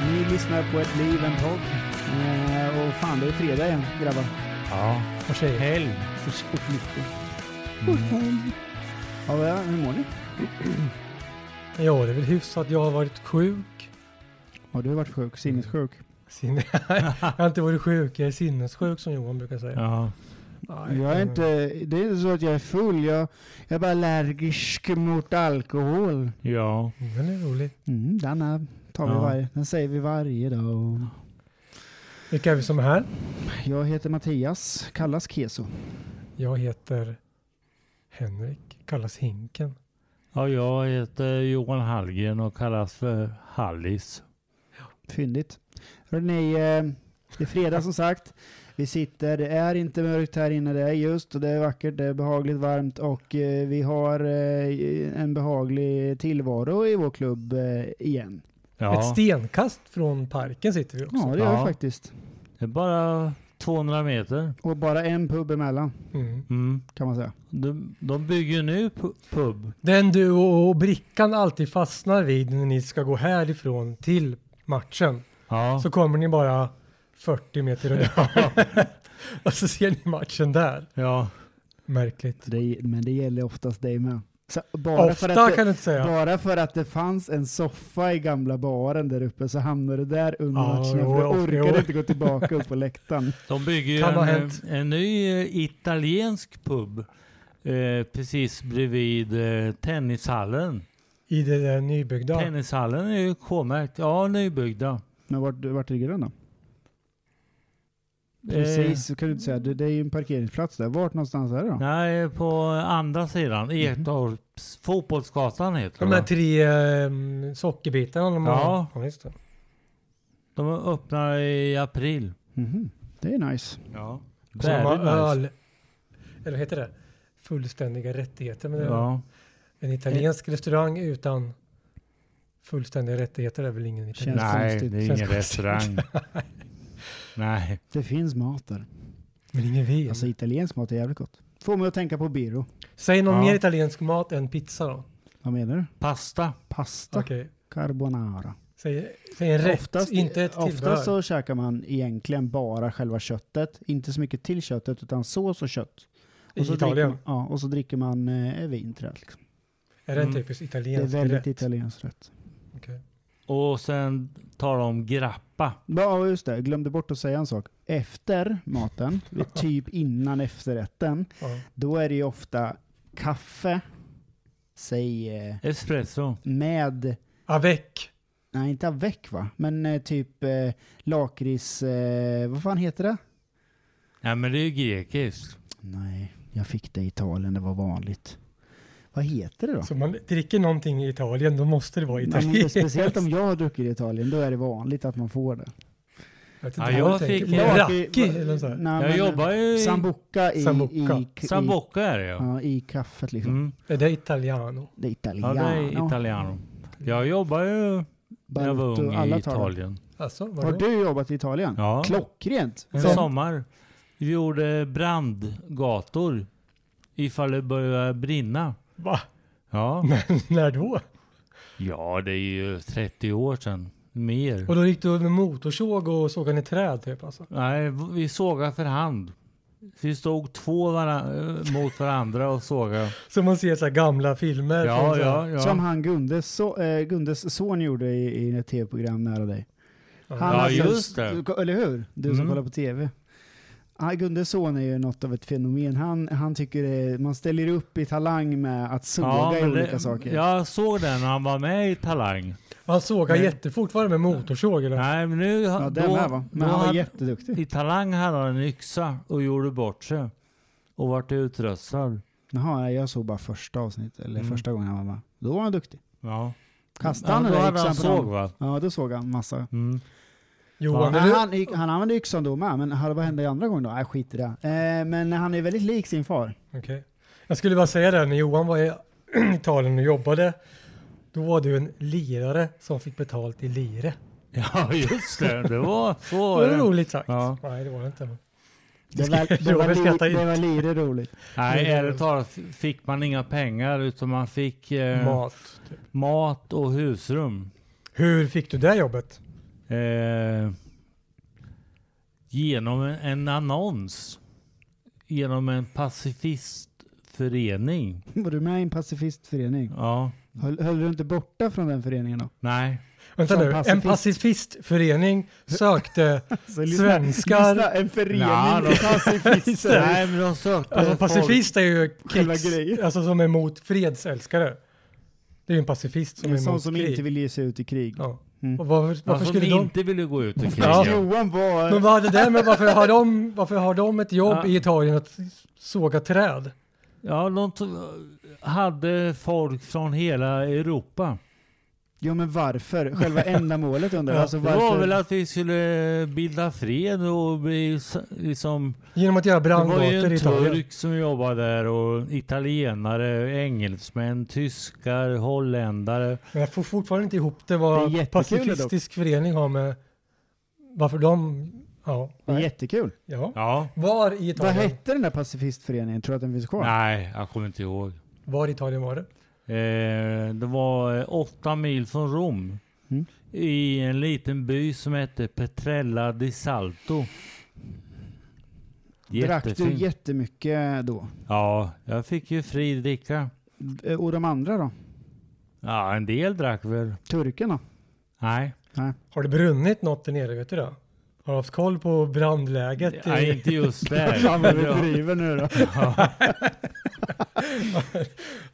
Ni lyssnar på ett liv, en podd. Eh, och fan, det är fredag igen, grabbar. Ja. Och tjejer. Helg. Och flickor. Mm. Ja, vad är- hur mår ni? Ja, det är väl hyfsat. Jag har varit sjuk. Ja, du har varit sjuk. Sinnessjuk. Sin... jag har inte varit sjuk. Jag är sinnessjuk som Johan brukar säga. Ja. Nej, Jag är inte, det är inte så att jag är full. Jag, jag är bara allergisk mot alkohol. Ja. Den är rolig. Mm, den här tar vi Ja. varje, den säger vi varje dag. Vilka är vi som är här? Jag heter Mattias, kallas Keso. Jag heter Henrik, kallas Hinken. ja, jag heter Johan Hallgren och kallas för Hallis. Fyndigt. Hörrni, eh, det är fredag som sagt. Vi sitter, det är inte mörkt här inne, det är ljust och det är vackert, det är behagligt varmt och eh, vi har eh, en behaglig tillvaro i vår klubb eh, igen. Ja, Ett stenkast från parken sitter vi också. Ja, det gör vi Ja. faktiskt. det är bara 200 meter. Och bara en pub emellan Mm. Mm. kan man säga. De, de bygger nu pu- pub. Den du och Brickan alltid fastnar vid när ni ska gå härifrån till matchen. Ja. Så kommer ni bara 40 meter undan. och så ser ni matchen där. ja. Märkligt. Det, men det gäller oftast dig med. Så bara, för Ofta att det, kan du inte säga. bara för att det fanns en soffa i gamla baren där uppe så hamnade du där under Ja, matchen jo, för du jo, orkade jo. inte gå tillbaka upp på läktaren. De bygger ju Kan ha en, hänt. en ny eh, italiensk pub eh, precis bredvid eh, tennishallen. I det där nybyggda. Tennishallen är ju K-märkt. Ja, nybyggda. Men vart, vart ligger den då? Precis, så kan du inte säga. Det, det är ju en parkeringsplats där. Vart någonstans är det då? Eh, Nej, på andra sidan. Etorps fotbollsgatan heter De det. där va? tre um, sockerbitarna. De Ja. Har. ja, just det. De öppnar i april. Mhm. Det är nice. Ja. Och så de har Väldigt nice. öl. Eller vad heter det? Fullständiga rättigheter. Men det är Ja. En italiensk restaurang utan fullständiga rättigheter är väl ingen italiensk. Känns Nej, konstigt. det är Känns ingen konstigt. restaurang. Nej. Det finns mat där. Men ingen vin. Alltså italiensk mat är jävligt gott. Får mig att tänka på Biro. Säg någon Ja. mer italiensk mat än pizza då. Vad menar du? Pasta. Pasta. Okej. Carbonara. Säg, säg en rätt, Oftast- inte ett tillbehör. Oftast så käkar man egentligen bara själva köttet. Inte så mycket till köttet utan sås och kött. I Och så Italien. dricker Man, ja, och så dricker man eh, vin till det. här, Liksom. Är det en Mm. typisk Det är italiensk väldigt rätt? italienskt rätt. Okej. Och sen tar de grappa. Ja, just det. Jag glömde bort att säga en sak. Efter maten, typ innan efterrätten, Ja. då är det ju ofta kaffe, säg eh, Espresso. med, Avec. nej inte avec va, men eh, typ eh, lakrits, eh, vad fan heter det? Ja men det är ju grekiskt. Nej, jag fick det i Italien, det var vanligt. Vad heter det då? Så man dricker någonting i Italien, då måste det vara Nej, men då, italienskt. speciellt om jag har druckit i Italien, då är det vanligt att man får det. vet Ja, inte jag vad du tänker. fick- Är det Lakri- Raki eller så här. Nej, Jag men, jobbar ju eh, i... Sambuca i, Sambuca. i, i, Sambuca är det ja. ja, i kaffet liksom. Mm. Det där är italiano. Det är Ja italiano. det är italiano. Jag jobbar ju när jag var Baruto, ung i alla tar det. Italien. Alltså, vadå? Har du jobbat i Italien? Ja. Klockrent! En Som- sommar. Vi gjorde brandgator. Ifall det började brinna. Va? Ja. När då? Ja det är ju 30 år sedan. Mer. Och då gick du med motorsåg och sågade ner träd typ alltså? Nej, v- vi sågade för hand. Vi stod två varan- eh, mot varandra och sågade. Som man ser så här gamla filmer. Ja, från så här- ja, ja. Som han Gundes, so, eh, Gundes son gjorde i, i ett tv-program nära dig. Ja. Han Ja, har just just- det. Eller hur? Du som Mm. kollar på tv. Han, Gundes son är ju något av ett fenomen. Han, han tycker det, man ställer upp i talang med att såga i men olika det- saker. Jag såg den när han var med i Talang. Han sågar Nej. jättefort. Var det med motorsåg eller? Nej, men nu... Ja, Ja, den här va? Men han var jätteduktig. I Talang hade han en yxa och gjorde bort sig. Och vart utröstad. Jaha, nej, jag såg bara första avsnittet, eller Mm. första gången han var med. Då var han duktig. Ja. Kastade ja, han men den då där hade yxan han på såg någon? va? Ja, då såg han massa. Mm. han, Johan, är du, han, gick- han använde yxan då med, men hade- vad hände andra gången då? Nej, skit i det. Eh, men han är väldigt lik sin far. Okej. Jag skulle bara säga det, här, när Johan var i Italien och jobbade, då var du en lirare som fick betalt i lire. Ja, just det. Det var så. Var var det det. roligt sagt? Ja. Nej, det var det inte. Det var, det Robert var, skrattar li, inte. det var lite roligt. Nej, ärligt talat f- fick man inga pengar utan man fick eh, mat. Mat. Typ. och husrum. Hur fick du det jobbet? Eh, genom en, en annons. Genom en pacifistförening. Var du med i en pacifistförening? Ja. Höll, höll du inte borta från den föreningen då? Nej. Vänta Som nu, en pacifist. pacifistförening sökte Så Svenskar- Alltså, Lyssna, en förening Nja, för pacifister. Nej, men de sökte Alltså folk- pacifist är ju Själva krigs, Eh, grejen. alltså som är emot fredsälskare. Det är ju en pacifist som en är sån emot som krig. inte vill ge sig ut i krig. Ja. Mm. Och varför, Ja, varför som skulle de... inte ville gå ut i Ja. kriget. Johan var... Men vad hade det med varför har de, varför har de ett jobb Ja. i Italien att såga träd? Ja, de to- hade folk från hela Europa. Jo men varför? Själva ändamålet undrar jag. Alltså, det var varför? väl att vi skulle bilda fred och bli s- liksom... Genom att göra Det var ju brandgator i en Italien. turk som jobbade där och italienare, engelsmän, tyskar, holländare. Men jag får fortfarande inte ihop Det det är vad jättekul pacifistisk förening har med varför de... Ja. Det är jättekul. ja. Ja. Var i Vad Italien? hette den där pacifistföreningen? Tror du att den finns kvar? Nej, jag kommer inte ihåg. Var i Italien var det? Eh, det var eh, åtta mil från Rom. Mm. I en liten by som hette Petrella di Salto. Drack du Jättefint. jättemycket då? Ja, jag fick ju fri dricka. Eh, Och de andra då? Ja, en del drack väl. Turkarna? Nej, Har det brunnit något där nere? Vet du det? Har du haft koll på brandläget? i- Nej inte just Fan vad du där. driver nu då.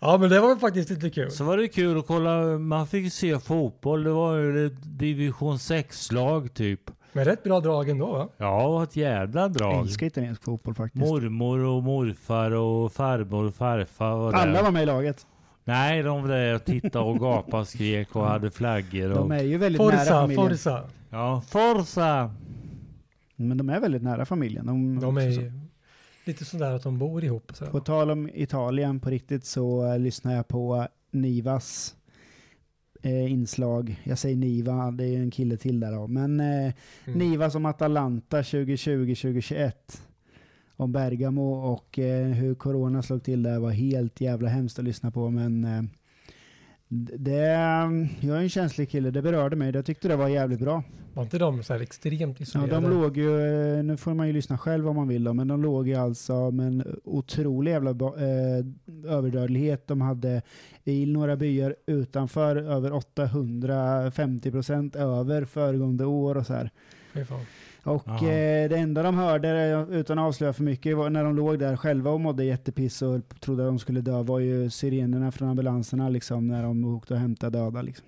Ja, men det var ju faktiskt lite kul. Så var det kul att kolla, man fick se fotboll. Det var ju ett division 6-lag typ. Men rätt bra drag ändå va? Ja, det var ett jävla Jag drag. älskar italiensk fotboll faktiskt. Mormor och morfar och farmor och farfar var där. Alla var med i laget. Nej, de var där och tittade och gapade och skrek och hade flaggor. Och... De är ju väldigt nära Forza, familjen. Forza. Ja, Forza! Men de är väldigt nära familjen. De, De är ju lite sådär att de bor ihop. och sådär. På tal om Italien på riktigt så eh, lyssnar jag på Nivas eh, inslag. Jag säger Niva, det är ju en kille till där då. Men eh, Mm. Niva som Atalanta 2020-2021. Om Bergamo och eh, hur corona slog till där var helt jävla hemskt att lyssna på. Men eh, d- det, jag är en känslig kille, det berörde mig. Jag tyckte det var jävligt bra. Var inte de så här extremt Ja, isolerade? de låg ju, eh, nu får man ju lyssna själv om man vill då, men de låg ju alltså med en otrolig jävla ba- eh, överdödlighet. De hade i några byar utanför över 850 procent över föregående år och så här. Fy fan. Och Jaha. eh, det enda de hörde, eh, utan att avslöja för mycket, var när de låg där själva och mådde jättepiss och trodde att de skulle dö, var ju sirenerna från ambulanserna liksom när de åkte och hämtade döda liksom.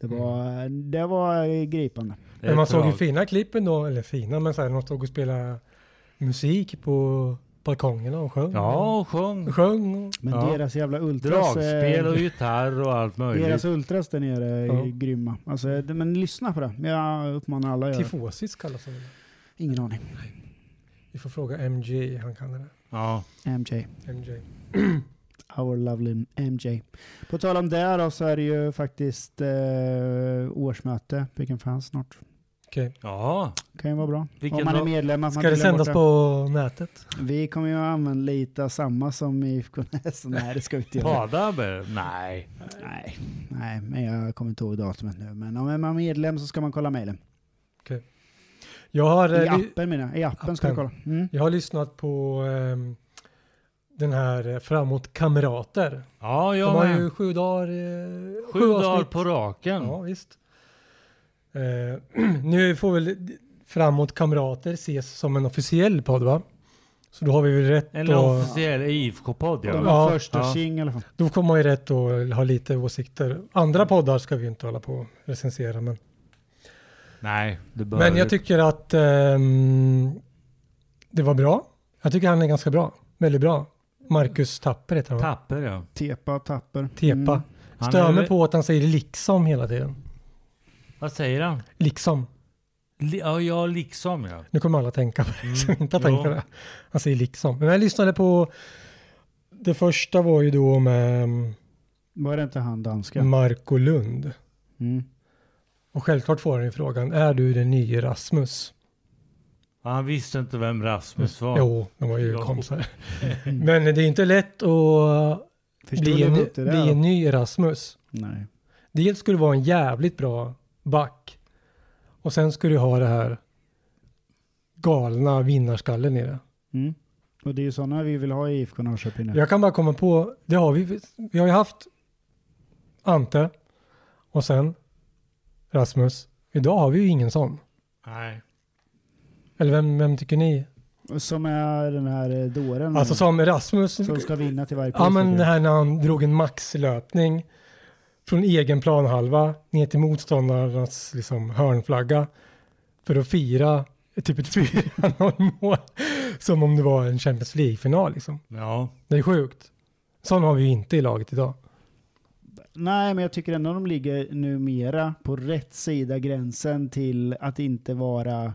Det Mm. var, det var eh, gripande. Det är Men man såg ju tragiskt. fina klippen då, eller fina, men så här, de stod och spelade musik på balkongerna och sjöng. Ja, och sjöng. Och sjöng. Och... Men Ja. deras jävla ultras... Dragspel eh, och gitarr och allt möjligt. Deras ultras där nere är Ja. grymma. Alltså, det- men lyssna på det. Jag uppmanar alla att göra det. Tifosis kallas de. Ingen aning. Vi får fråga MJ, han kan det Ja. MJ. där. MJ. Our lovely MJ. På tal om det då så är det ju faktiskt eh, årsmöte. Vilken fan snart. Okej. ja, Kan ju vara bra. Vilken om man är dag? medlem. Att man Ska det inte glömmer sändas bort på nätet? det. Vi kommer ju att anlita samma som IFK Näs. Nej, det ska vi inte göra. Padabel? Nej. Nej, nej, men jag kommer inte ihåg datumet nu. Men om man är medlem så ska man kolla mejlen. Jag har, I eh, ly- appen menar jag. I appen ska du Appen. kolla. Mm. jag har lyssnat på ehm, den här eh, Framåt Kamrater. Ja, De jag har med. ju sju dagar, eh, Sju dagar avsnitt. på raken. Ja, visst. Eh, nu får väl framåt kamrater ses som en officiell podd va? Så då har vi väl rätt En att... officiell IFK-podd De ja. Ja. första Ja. tjing i alla fall. Då får man ju rätt att ha lite åsikter. Andra poddar ska vi ju inte hålla på och recensera. Men, Nej, det bör men jag tycker att ehm, det var bra. Jag tycker han är ganska bra. Väldigt bra. Marcus Tapper heter han va? Tapper ja. Tepa, tapper. Tepa. Mm. Han Stör är mig väl- på att han säger liksom hela tiden. Vad säger han? Liksom. Li- Ja, ja liksom ja. Nu kommer alla tänka på det som inte har Ja. tänkt på det. Han säger liksom. Men jag lyssnade på... Det första var ju då med ehm, Var det inte han danska? Marco Lund. Mm. Och självklart får han ju frågan, är du den nye Rasmus? Ja, Han visste inte vem Rasmus var. Mm. Jo, de var ju Ja. kompisar. Men det är inte lätt att Förstod bli han en, inte det? bli en då? ny Rasmus. Nej. Dels skulle du vara en jävligt bra back. Och sen skulle du ha det här galna vinnarskallen i det. Mm. Och det är ju sådana vi vill ha i IFK Norrköping nu. Jag kan bara komma på, det har vi, vi har ju haft Ante och sen Rasmus. Idag har vi ju ingen sån. Nej. Eller vem, vem tycker ni? Som är den här eh, dåren. Alltså som Rasmus, som ska vinna till varje pris. Ja men tycker det jag. här när han drog en maxlöpning från egen planhalva ner till motståndarnas liksom, hörnflagga för att fira typ ett 4-0 mål som om det var en Champions League-final. Liksom. Ja. Det är sjukt. Sån har vi ju inte i laget idag. Nej, men jag tycker ändå de ligger numera på rätt sida gränsen till att inte vara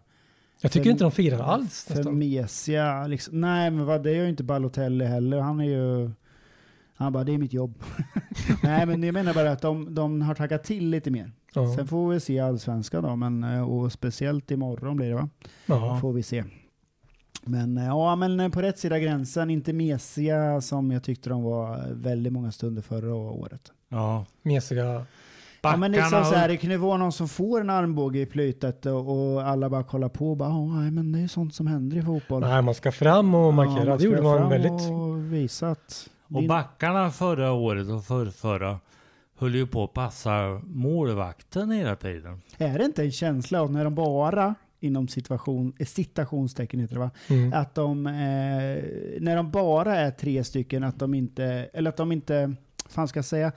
Jag tycker För- inte de firar alls för nästan. mesiga. Liksom. Nej, men vad, det är ju inte Balotelli heller. Han är ju... Han bara, det är mitt jobb. Nej, men jag menar bara att de, de har tagit till lite mer. Ja. Sen får vi se allsvenskan då, men, eh, och speciellt imorgon blir det va? Ja. Får vi se. Men eh, ja, men eh, på rätt sida gränsen, inte mesiga som jag tyckte de var eh, väldigt många stunder förra året. Ja. Mesiga. Ja, men liksom Backarna- så här, det kunde vara någon som får en armbåge i plytet och, och alla bara kollar på och bara, "Ja, nej men det är ju sånt som händer i fotboll. Nej, man ska fram och markera. Ja, det gjorde ska man fram väldigt. Och visa att Och backarna förra året och förrförra höll ju på att passa målvakten hela tiden. är det inte en känsla av när de bara, inom situation, eh, citationstecken heter det va, Mm. att de, eh, när de bara är tre stycken, att de inte, eller att de inte, fan ska jag säga,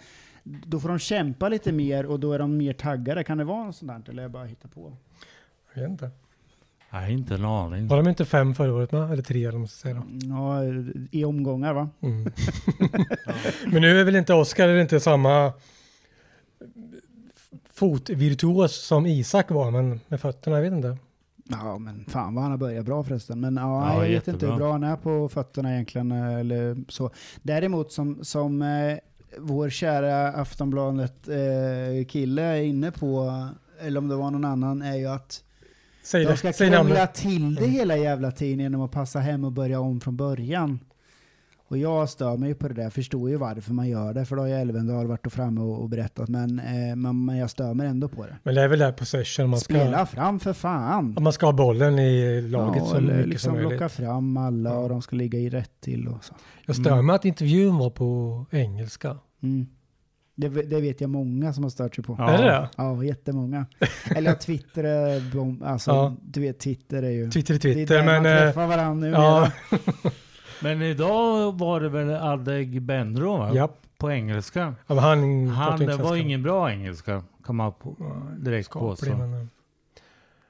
då får de kämpa lite mer och då är de mer taggade. Kan det vara något sånt där? Eller jag bara hittar på? Jag vet inte. Jag har inte en aning. Var de inte fem förra året med? Eller tre eller vad man ska säga då. Ja, i omgångar va? Mm. Men nu är väl inte Oskar är inte samma fotvirtuos som Isak var, men med fötterna, jag vet inte. Ja, men fan vad han har börjat bra förresten. Men ja, Ja, jag vet jättebra. inte hur bra han är på fötterna egentligen. eh, Eller så. Däremot som, som eh, vår kära Aftonbladet-kille är inne på, eller om det var någon annan, är ju att Säg de det, ska säg namnet. krångla till det hela jävla tiden genom att passa hem och börja om från början. Och jag stör mig på det där, förstår ju varför man gör det, för då har ju Elfvendal varit och framme och, och berättat, men, eh, men, men jag stör mig ändå på det. Men det är väl där possession, man ska, Spela fram för fan! att man ska ha bollen i laget så eller mycket liksom som möjligt. locka fram alla och de ska ligga i rätt till och så. Jag stör mig att intervjun var på engelska. Mm. Det, det vet jag många som har stört sig på. Ja. Ja. Är det det? jättemånga. Eller att Twitter är bom, alltså, Ja. du vet Twitter är ju... Twitter i det är där Twitter, man men... eh, träffar varandra nu. Ja, Men idag var det väl Adeg Benro va? japp. Mm, på engelska. Ja, men han Han pratade det inte var svenska. ingen bra engelska kan man på, Nej, direkt skaplig, påstå. men, eh,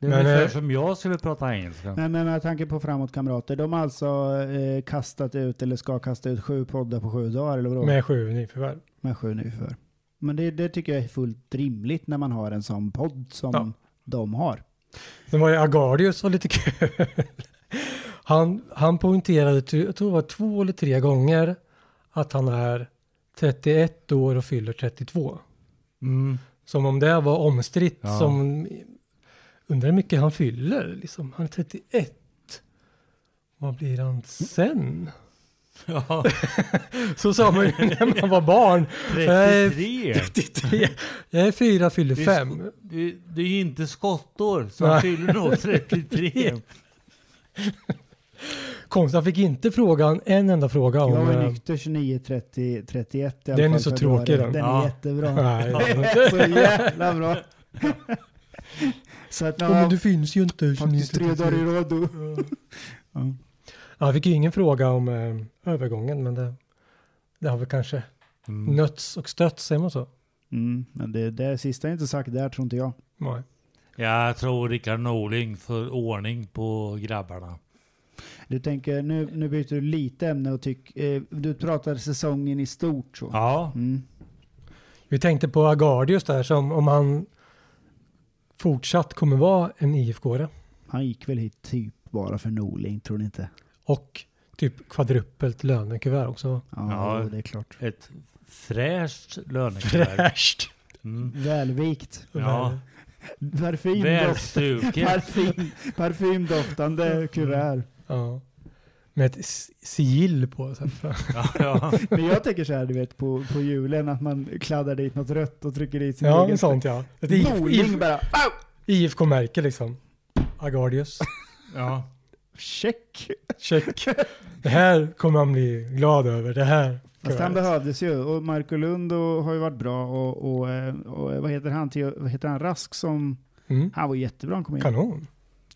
Det är Men, ungefär eh, som jag skulle prata engelska. Nej, men med tanke på framåt kamrater, de har alltså eh, kastat ut, eller ska kasta ut sju poddar på sju dagar, eller vadå? Med sju nyförvärv. Med sju nu för. Men det, det tycker jag är fullt rimligt när man har en sån podd som Ja. de har. Sen var ju Agardius var lite kul. Han, han poängterade, ty- jag tror det var två eller tre gånger, att han är 31 år och fyller 32. Mm. Som om det var omstritt. Ja. Som, undrar hur mycket han fyller. Liksom. Han är 31. Vad blir han sen? Ja, Så sa man ju när man var barn. 33! 33. Jag är fyra, fyller Det är fem. Det, det är ju inte skottår så han Nej. fyller nog 33. Konstigt, han fick inte frågan, en enda fråga om... Jag var eh, ju nykter 29, 30, 31 i alla Den är fall så februari. tråkig, den. Den är Ja. jättebra. Nej. så jävla bra. så att Ja, men ja, det finns ju inte. faktiskt tre dagar i rad då. Ja, jag fick ju ingen fråga om eh, övergången, men det, det har vi kanske Mm. nötts och stötts, säger man så? Mm, men det, det sista är inte sagt där tror inte jag. Nej. Jag tror Rickard Norling för ordning på grabbarna. Du tänker, nu, nu byter du lite ämne och tyck, eh, du pratar säsongen i stort så. Ja, Mm. Vi tänkte på Agardius där, som om han fortsatt kommer vara en IFK-are Han gick väl hit typ bara för Norling, tror ni inte? och typ kvadrupelt lönekuvert också. Ja, Ja. det är klart. ett fräscht lönekuvert. Fräscht! Mm. Välvikt. Ja, Parfymdoft, välstruket. parfym, parfymdoftande kuvert. Ja. Med ett s- sigill på. Så här. Ja, ja. Men jag tänker så här, du vet på, på julen, att man kladdar dit något rött och trycker dit sin Ja, egen. men sånt ja. Ett Norling IF, bara, au! IFK-märke liksom. Agardius. ja. Check! Check. Det här kommer han bli glad över. Det här. Fast han kuvertet. behövdes ju. Och Marco Lund och, har ju varit bra. Och, och, eh, och vad heter han? Theo- Vad heter han? Rask som... Mm. Han var jättebra han kom in. Kanon.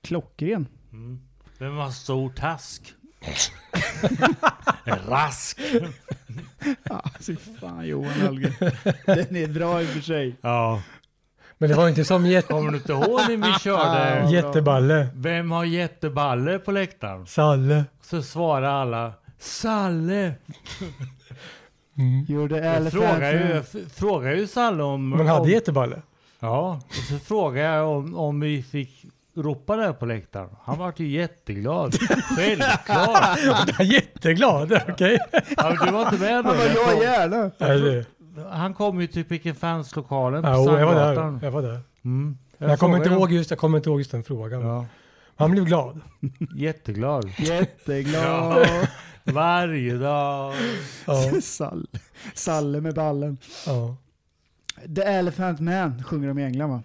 Klockren. Mm. Vem har stor task? Rask! Ja, fy fan Johan Alge. Den är bra i och för sig. Ja. Men det var inte som jätte, Kommer du inte ihåg när vi körde? Ja. jätteballe. Vem har jätteballe på läktaren? Salle. Så svarar alla Salle! Mm. Gjorde Jag Al frågar ju, Färpen- jag f- frågar ju Salle om... Man hade om, jätteballe. Ja, och så frågar jag om, om vi fick ropa där på läktaren. Han vart ju jätteglad. Självklart! Jätteglad, okej. Ja, men du var inte med då? Han bara, Jag jag fråg- gärna. Okay. Han kom ju till Picken Fans-lokalen på Ja, jag var Sandgatan. där. Jag var där. Mm. Jag kommer inte frågade- ihåg just, jag kommer inte ihåg just den frågan. Ja. Han blev glad. Jätteglad. Jätteglad. Varje dag. Ja, Sall. Salle med ballen. ja. The Elephant Man sjunger de i England va?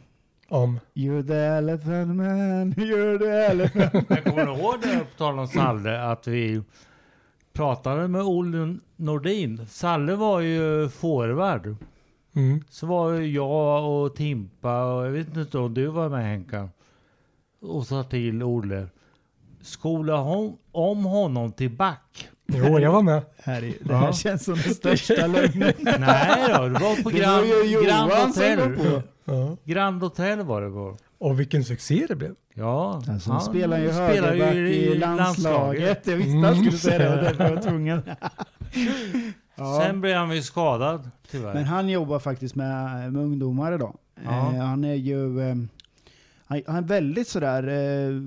Om. You're the elephant man, you're the elephant Jag kommer ihåg det, på tal om Salle, att vi pratade med Olle Nordin. Salle var ju forward. Mm. Så var ju jag och Timpa och jag vet inte om du var med Henkan. Och sa till Olle. Skola hon, om honom till back. Jo, jag var med. Här är, det här Ja. känns som den största lögnen. Nej då, det var på Det Grand, var ju Grand Johan som Hotel. kom på. Ja. Grand Hotel var det på. Och vilken succé det blev. Ja, Alltså, han spelar ju spelar ju högerback i landslaget. Jag visste han skulle säga det, och därför var jag tvungen. Ja. Sen blev han ju skadad tyvärr. Men han jobbar faktiskt med, med ungdomar idag. Ja. Eh, han är ju... Eh, han, han är väldigt sådär... Eh,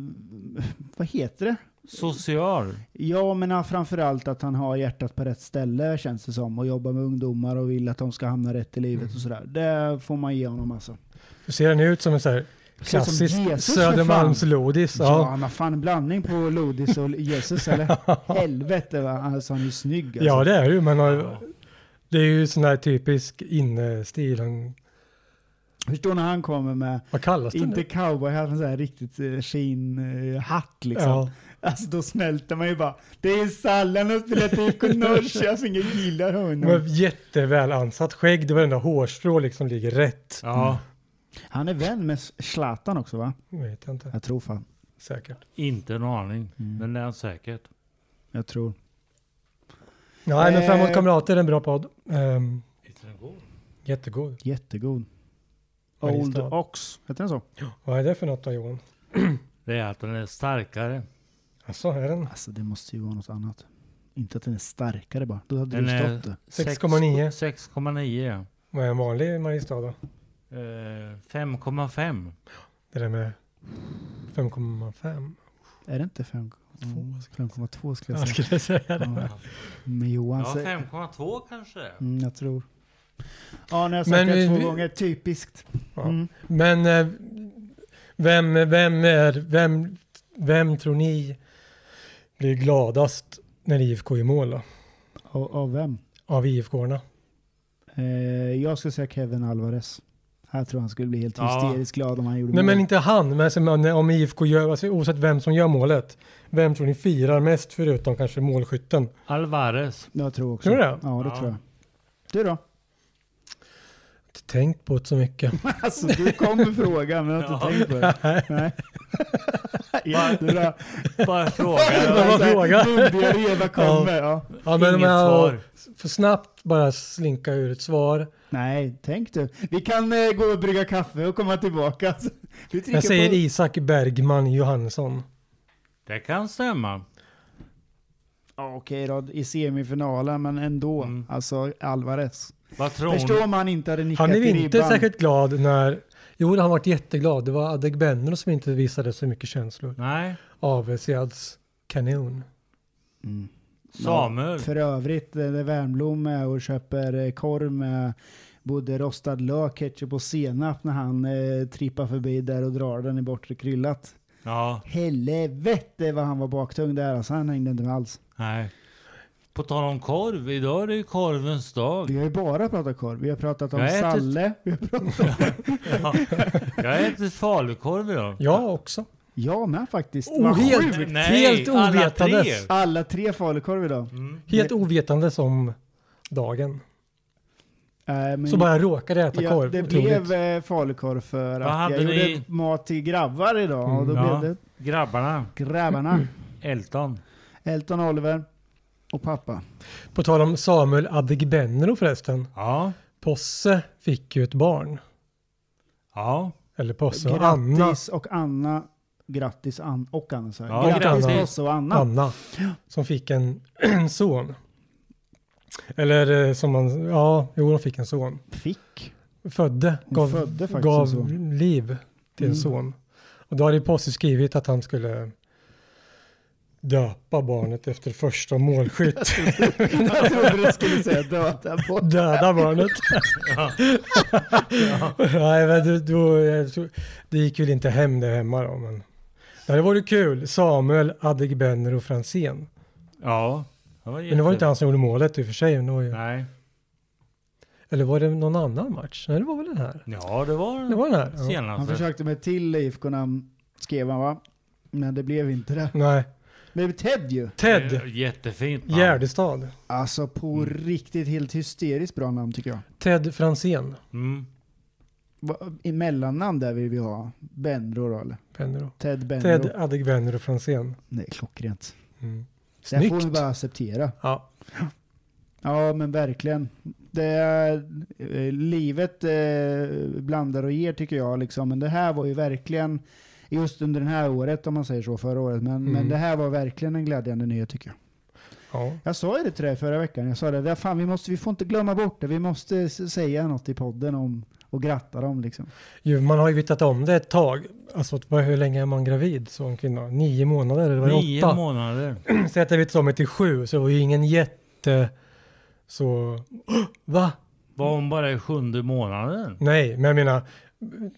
vad heter det? Social. Ja, men han- framförallt att han har hjärtat på rätt ställe känns det som. Och jobbar med ungdomar och vill att de ska hamna rätt i livet Mm. och sådär. Det får man ge honom alltså. Hur ser han ut som en så här Ser ut som klassisk Jesus, för fan. Södermalmslodis? Ja, Ja. han har fan en blandning på Lodis och Jesus eller? Helvete va, alltså han är ju snygg alltså. ja, det är det ju. Men har- det är ju sån där typisk innestil. Han- Förstår när han kommer med, Vad kallas det inte nu? cowboyhatt, men så här riktigt eh, skinnhatt liksom. Ja. Alltså då smälter man ju bara. Det är Sallan och spelar till IFK Norrköping, jag gillar honom. Men jätteväl ansatt skägg. Det var den där hårstrå liksom ligger rätt. Ja, Han är vän med Zlatan också va? Vet jag inte Jag tror fan. säkert. inte en aning. Mm. Men det är han säkert. Jag tror. Nej, men Eh. Framåt Kamrater är en bra podd. Ehm, jättegod. Jättegod. Old Mariestad. Ox, heter den så? Vad är det för något då Johan? Det är att den är starkare. Alltså är den Alltså det måste ju vara något annat. Inte att den är starkare bara. Då hade Den du är stått det. sex- 6,9. 6,9 ja. vad är en vanlig Mariestad då? Eh, 5,5. Det där med 5,5. Är det inte 5,2? 5,2 skulle jag Mm. Jag säga. skulle säga det. Ja. Men Johan Ja, säger... 5,2 kanske det är. Mm, jag tror. Ja, nu har jag sagt Men det vi- två vi- gånger. Typiskt. Ja. Mm. Men eh, vem, vem, är, vem, vem tror ni blir gladast när IFK är i mål då? Av, av vem? Av IFK-arna? Eh, jag skulle säga Kevin Alvarez. Jag tror han skulle bli helt Ja. hysteriskt glad om han gjorde Nej men mål. inte han, men som, om- om IFK gör, alltså, oavsett vem som gör målet. Vem tror ni firar mest förutom kanske målskytten? Alvarez. Jag tror också. Tror du det? Ja, det Ja. tror jag. Du då? inte tänkt på det så mycket. Alltså du kom med frågan men jag har inte Ja. tänkt på det. Nej. Jättebra. Bara fråga. var frågan? Mumbiga reva kommer. Ja. Ja, men om Inget jag svar. för snabbt bara slinka ur ett svar. Nej, tänk du. Vi kan eh, gå och brygga kaffe och komma tillbaka. Du trycker Jag säger på... Isak Bergman Johansson. Det kan stämma. Ja, Okej då, i semifinalen men ändå. Mm. Alltså Alvarez. Vad tror Förstår ni? om han inte hade nickat Han blev i inte ribban. särskilt glad när... Jo, han varit jätteglad. Det var Adegbenro som inte visade så mycket känslor. Nej, Avesiads kanon. Mm. Samuel. För övrigt, eh, när Värmblom är och köper eh, korv med både rostad lök, ketchup och senap när han eh, trippar förbi där och drar den i bortre kryllat. Ja, Helvete vad han var baktung där alltså, han hängde inte med alls. nej. På tal om korv, idag är det ju korvens dag. Vi har ju bara pratat korv, vi har pratat om Jag har ätit- Salle. Vi har pratat... Ja. Jag äter falukorv idag. Jag också. Jag med faktiskt. Oh, Vad helt- sjukt. Nej, Helt alla tre. ovetandes. Alla tre falukorv idag. Mm. Helt ovetandes om dagen. Äh, men Så bara råkade jag äta ja, korv. Det Otroligt. blev eh, falukorv för Vad att jag hade ni- gjorde mat till grabbar idag och då Mm, ja. blev det Grabbarna, grabbarna. Elton. Elton Oliver och pappa. På tal om Samuel Adegbenro förresten. Ja, Posse fick ju ett barn. ja. Eller Posse och Anna. Grattis och Anna. Grattis Ann och Anna. Så här. Ja, grattis grattis. Bosse och Anna. Anna. Som fick en, en son. Eller eh, som man, ja, jo de fick en son. Fick. Födde, Hon gav, födde faktiskt en gav son. liv till en Mm. son. Och då hade ju Posse skrivit att han skulle döpa barnet efter första målskytt. Jag trodde du skulle säga döda på. Döda barnet. Nej, men du, du, jag tror- det gick väl inte hem där hemma då. Men det hade varit kul. Samuel, Adegbenro och Franzén. Ja. Det var Men det var ju inte jätte- han som gjorde målet i och för sig. Men det var ju, Nej. eller var det någon annan match? Nej, det var väl den här? Ja, det var Det den var den här? Ja. Han senaste. försökte med ett till IFK-namn skrev han va? Men det blev inte det. Nej. Det blev Ted ju. Ted Eh, Jättefint namn. Gärdestad. Alltså på riktigt helt hysteriskt bra namn tycker jag. Ted Franzén. Mm. Va- I mellannamn där vill vi ha Benro då eller? Benro. Ted Benro. Ted Adegbenro Franzén. Det är klockrent. Mm. Det här får vi Snyggt. bara acceptera. Ja. Ja men verkligen. Det är, eh, livet eh, blandar och ger tycker jag. Liksom. Men det här var ju verkligen, just under det här året om man säger så, förra året. Men, Mm. men det här var verkligen en glädjande nyhet tycker jag. ja. Jag sa ju det till dig förra veckan. Jag sa det, "Ja, fan, vi, måste, vi får inte glömma bort det. Vi måste s- säga något i podden om, och gratta dem. Liksom. Jo, man har ju vetat om det ett tag. Alltså att vad- hur länge är man gravid som kvinna? Nio månader eller var det Nio åtta? månader. Säg att jag vetat om det till sju så var ju ingen jätte så... Va? Var hon bara i sjunde månaden? Nej, men jag menar,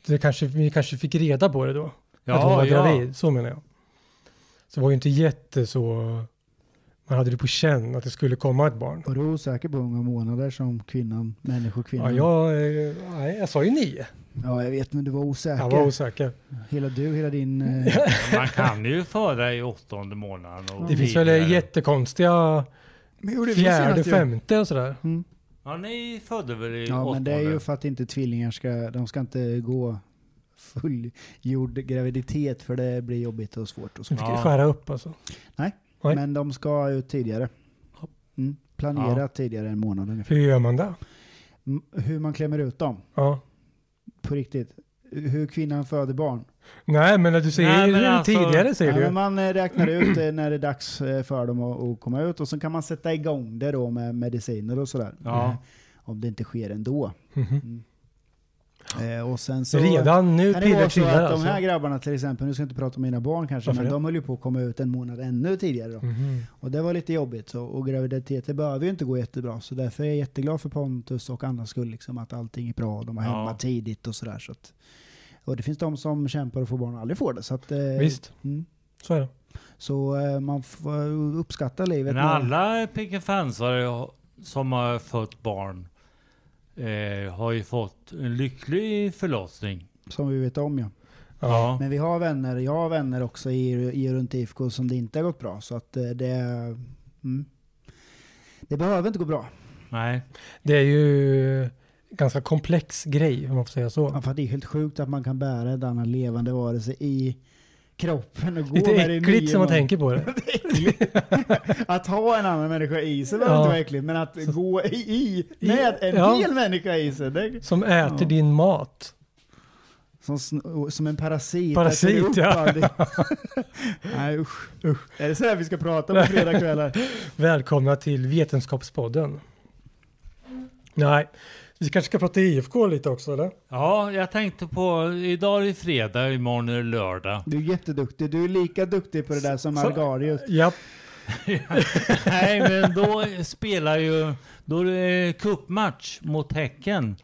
det kanske, vi kanske fick reda på det då. att hon var gravid, så menar jag. Så det var ju inte jätte så... Man hade det på känn att det skulle komma ett barn. Var du osäker på hur många månader som kvinnan, Ja, Mm. människokvinnan? jag, eh, nej, jag sa ju nio. ja, jag vet men du var osäker. Jag var osäker. hela du, hela din... Eh, Man kan ju föda i åttonde månaden. Och Det finns väl tidigare. jättekonstiga fjärde, femte och sådär. Mm. Ja, ni födde väl i Ja, men det är ju åttonde? för att inte tvillingar ska, de ska inte gå fullgjord graviditet för det blir jobbigt och svårt och så. Du fick Ja. skära upp alltså. Nej. Men de ska ut tidigare. Mm. Planera tidigare än månaden. ungefär. Hur gör man det? M- Hur man klämmer ut dem, Ja. på riktigt. Hur kvinnan föder barn. Nej, men att du säger Nej, men det alltså- tidigare säger Ja, du men ju. man eh, räknar ut eh, när det är dags eh, för dem att, att komma ut och så kan man sätta igång det då med mediciner och sådär. Ja. Om det inte sker ändå. Mm. Mhm. Eh, och sen så... Redan nu Kan det pirrar vara så killar att de alltså. här grabbarna till exempel, nu ska jag inte prata om mina barn kanske, Varför men det? de höll ju på att komma ut en månad ännu tidigare. Då. Mhm. Och det var lite jobbigt. Så, och graviditeter behöver ju inte gå jättebra. Så därför är jag jätteglad för Pontus och Annas skull, liksom, att allting är bra. De var Ja. hemma tidigt och sådär. Så att, och det finns de som kämpar och får barn och aldrig får det. Så, att, eh, Visst, Mm, så är det. så eh, man får uppskatta livet. Men med- alla Pigga fansare som har fött barn eh, har ju fått en lycklig förlossning. Som vi vet om ja. Ja. Men vi har vänner, jag har vänner också i, i och runt IFK som det inte har gått bra. Så att eh, det... Mm, det behöver inte gå bra. Nej. Det är ju ganska komplex grej, om man får säga så. Ja, för det är helt sjukt att man kan bära en annan levande varelse i kroppen och gå Lite med det i äckligt nio som man månader. tänker på det. Att ha en annan människa i sig var Ja. inte var äckligt, men att gå i, i med en Ja. hel människa i sig, det, Som äter Ja. din mat. som, sn- som en parasit. Parasit, äter upp ja. all din- Nej usch, usch. Är det så här vi ska prata på fredagkvällar? Välkomna till Vetenskapspodden. Nej, vi kanske ska prata IFK lite också eller? Ja, jag tänkte på idag är det fredag, imorgon är det lördag. Du är jätteduktig, du är lika duktig på det där som Så- Algarius. Ja, Nej, men då spelar ju, då är det cupmatch mot Häcken.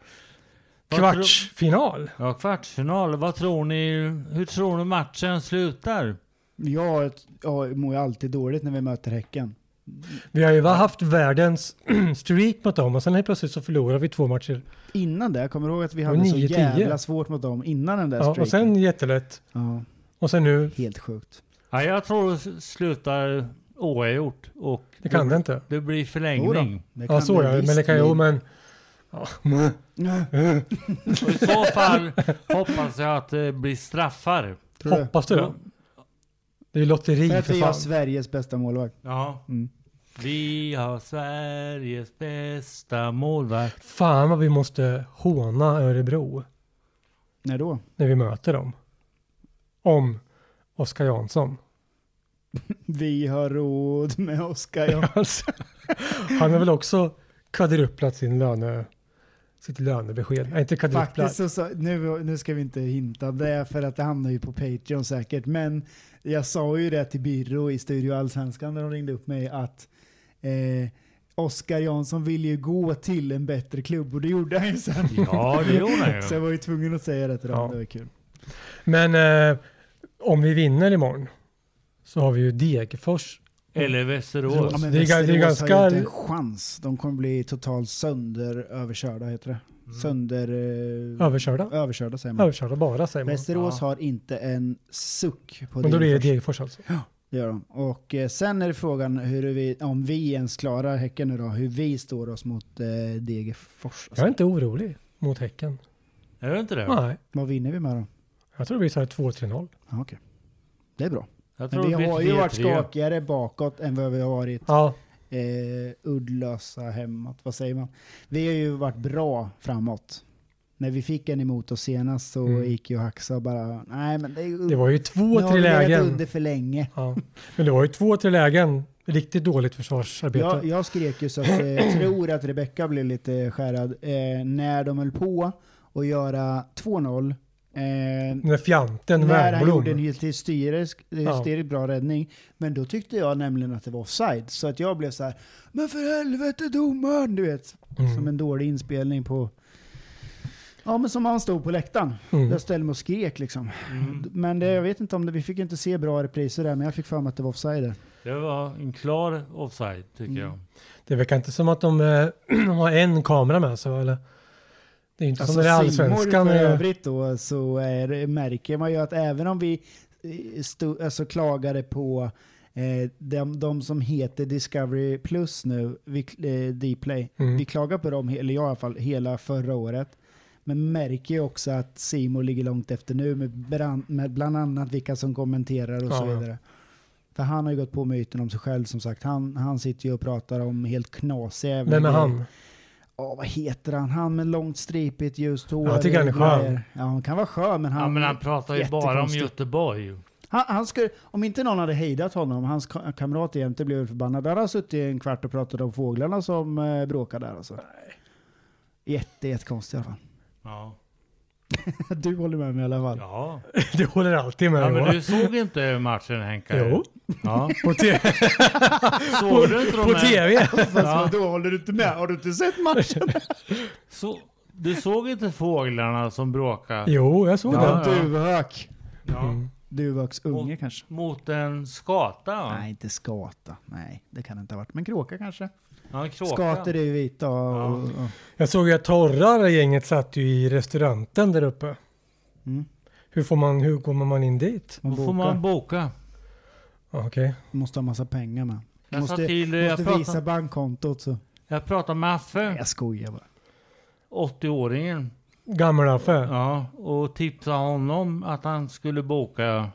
Vad tro- kvartsfinal. Ja, kvartsfinal. Vad tror ni, hur tror ni matchen slutar? Jag, jag mår ju alltid dåligt när vi möter Häcken. Vi har ju bara haft världens streak mot dem och sen helt plötsligt så förlorar vi två matcher. Innan det, jag kommer ihåg att vi hade så 9-10. jävla svårt mot dem innan den där Ja, streaken. och sen jättelätt. ja, Och sen nu, helt sjukt. Ja, jag tror det s- slutar oavgjort och det kan det, det inte. det blir Jo då, förlängning. det Ja, kan så det ja, men visst det kan bli. ju, men... Ja, mm. Och I så fall hoppas jag att det blir straffar. Tror du? Eh, hoppas du det? Det är ju lotteri För att för vi har fan. Sveriges bästa målvakt. Ja. Mm. Vi har Sveriges bästa målvakt. Fan vad vi måste håna Örebro När då? när vi möter dem. Om Oskar Jansson. Vi har råd med Oskar. Ja. Alltså, han har väl också kvadruplat sin löne, sitt lönebesked. Nej, inte Faktiskt kvadruplat. så, så nu, nu ska vi inte hinta det för att det hamnar ju på Patreon säkert. Men jag sa ju det till Birro i Studio Allsvenskan när de ringde upp mig att eh, Oskar Jansson ville ju gå till en bättre klubb och det gjorde han ju sen. Ja, det gjorde han Så jag ju. var ju tvungen att säga det till dem, Ja. det var kul. Men eh, om vi vinner imorgon så har vi ju Degerfors. Eller Västerås. Ja, men Det är ga- det är Västerås har ju ganska- inte en chans. De kommer bli totalt sönderöverkörda, heter Mm. det. Sönder... Eh, Överkörda. Överkörda säger man. Överkörda bara säger man. Västerås Ja. har inte en suck på Men då blir det Degerfors. Degerfors alltså. Det gör de. Och eh, sen är det frågan hur vi, om vi ens klarar Häcken nu då, hur vi står oss mot eh, Degerfors. Jag Alltså, är inte orolig mot Häcken. Mm. Är det inte det? Nej, Vad vinner vi med då? jag tror det blir så här 2-3-0. Ja, okej. Det är bra. Jag tror Men vi det blir har ju varit 3-3. skakigare bakåt än vad vi har varit Ja, eh, uddlösa hemåt. Vad säger man? Vi har ju varit bra framåt. När vi fick en emot oss senast så Mm. gick ju Haxa och bara, nej men det är ju... det var ju nu två, har tre vi legat lägen. under för länge. Ja. Men det var ju två, tre lägen. Riktigt dåligt försvarsarbete. Jag, jag skrek ju så att eh, jag tror att Rebecka blev lite skärrad eh, när de höll på att göra 2-0. Eh, Den där fjanten när han Wernbloom. gjorde en helt hysterisk, hysteriskt bra räddning. Men då tyckte jag nämligen att det var offside. Så att jag blev så här, men för helvete domaren! Du vet, som Mm. en dålig inspelning på... Ja men som han stod på läktaren. Mm. Jag ställde mig och skrek liksom. Mm. Men det, jag vet inte om det, vi fick inte se bra repriser där, men jag fick för mig att det var offside där. Det var en klar offside tycker Mm. jag. Det verkar inte som att de eh, har en kamera med sig eller? Det är ju inte som det är i Alltså, Simor allsvenskan. för eh, övrigt då så är, det- märker man ju att även om vi eh, sto, alltså klagade på eh, de, de som heter Discovery Plus nu, vi, eh, Dplay, Mm. vi klagar på dem, he- eller jag i alla fall, hela förra året. Men märker ju också att Simor ligger långt efter nu med, bran- med bland annat vilka som kommenterar och så Ja, ja. vidare. För han har ju gått på myten om sig själv som sagt. Han, han sitter ju och pratar om helt knasiga jävla Vem är grejer. han? Ja, vad heter han? Han med långt stripigt ljust hår. Jag tycker han är skön. Grejer. Ja, han kan vara skön, men han... ja men han pratar ju bara om jättekonstigt. Göteborg. han, han skulle, om inte någon hade hejdat honom, hans ka- kamrat jämte blev förbannad. Där har han suttit en kvart och pratat om fåglarna som eh, bråkar där alltså. Jätte, jättekonstigt i alla Ja. fall. Du håller med mig i alla fall. Ja. Det håller alltid med ja Johan. men du såg inte matchen Henka? Jo, Ja. på, te- Såg du inte de på här- tv. Ja. då håller du inte med? Har du inte sett matchen? Så, du såg inte fåglarna som bråkade? Jo, jag såg Ja, det. ja. Duvhök. Ja. Mm. Duvhöks unge Och- kanske? Mot en skata? va? Nej, inte skata. Nej, det kan det inte ha varit. Men kråka kanske? Ja, en kråka. Skator är ju vita och... och, och. Jag såg ju att torrare gänget satt ju i restauranten där uppe. Mm. Hur, får man, hur kommer man in dit? Då får man boka. Ja, Okej. Måste ha massa pengar med. Jag, Måste, sa till, eh, måste jag, visa pratade, bankkontot så. jag pratade med Affe. Jag skojar bara. 80-åringen. Gammal affär. Ja, och tipsade honom att han skulle boka.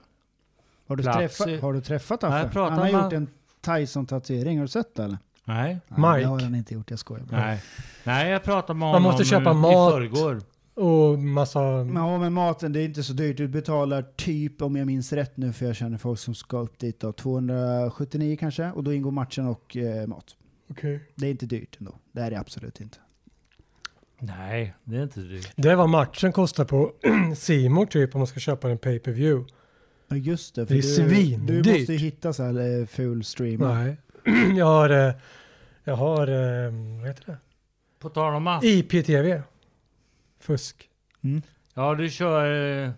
Har du, Plats i- träffat, har du träffat Eh, Nej, Affe? jag pratar Han har gjort med- en Tyson-tatuering, har du sett det eller? Nej, Nej, Mike. det har han inte gjort, jag skojar bara. nej. Nej, jag pratade med Man honom måste köpa i mat. förrgår. Och massa... Men ja, men maten, det är inte så dyrt. Du betalar typ, om jag minns rätt nu, för jag känner folk som ska upp dit, då, 279 kanske. Och då ingår matchen och eh, mat. Okej. Det är inte dyrt ändå. Det här är det absolut inte. Nej, det är inte dyrt. Det var matchen kostar på Simor typ om man ska köpa en pay per view Ja just det, Det är svindyrt. du, du måste ju hitta så här eh, full stream. Nej. Jag har... eh, Jag har... eh, Vad heter det? På tal om mass. IPTV. Fusk. Ja, du kör eh,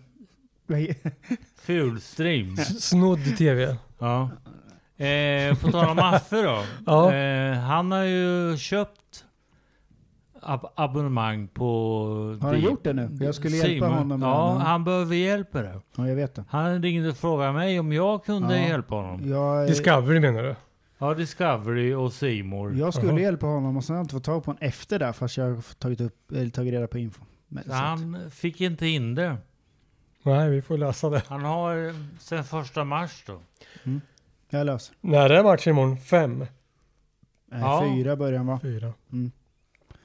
fulstream. S- Snodd TV. Ja. Eh, på tal om Affe då. Ja. Eh, han har ju köpt ab- abonnemang på... Har han Di- gjort det nu? Jag skulle Simon. hjälpa honom. med Ja, den. han behöver hjälp med det. ja, jag vet det. Han ringde och frågade mig om jag kunde Ja. hjälpa honom. Jag, Discovery menar du? Ja, Discovery och Simor. jag skulle Jaha. hjälpa honom och sen har jag inte fått tag på honom efter det fast jag har tagit, upp, eller tagit reda på info. Men, Så så att- han fick inte in det. Nej, vi får lösa det. Han har eh, sen första mars då. Jag löser. När är matchen imorgon? Fem? Eh, Ja. Fyra början va? Fyra? Mm.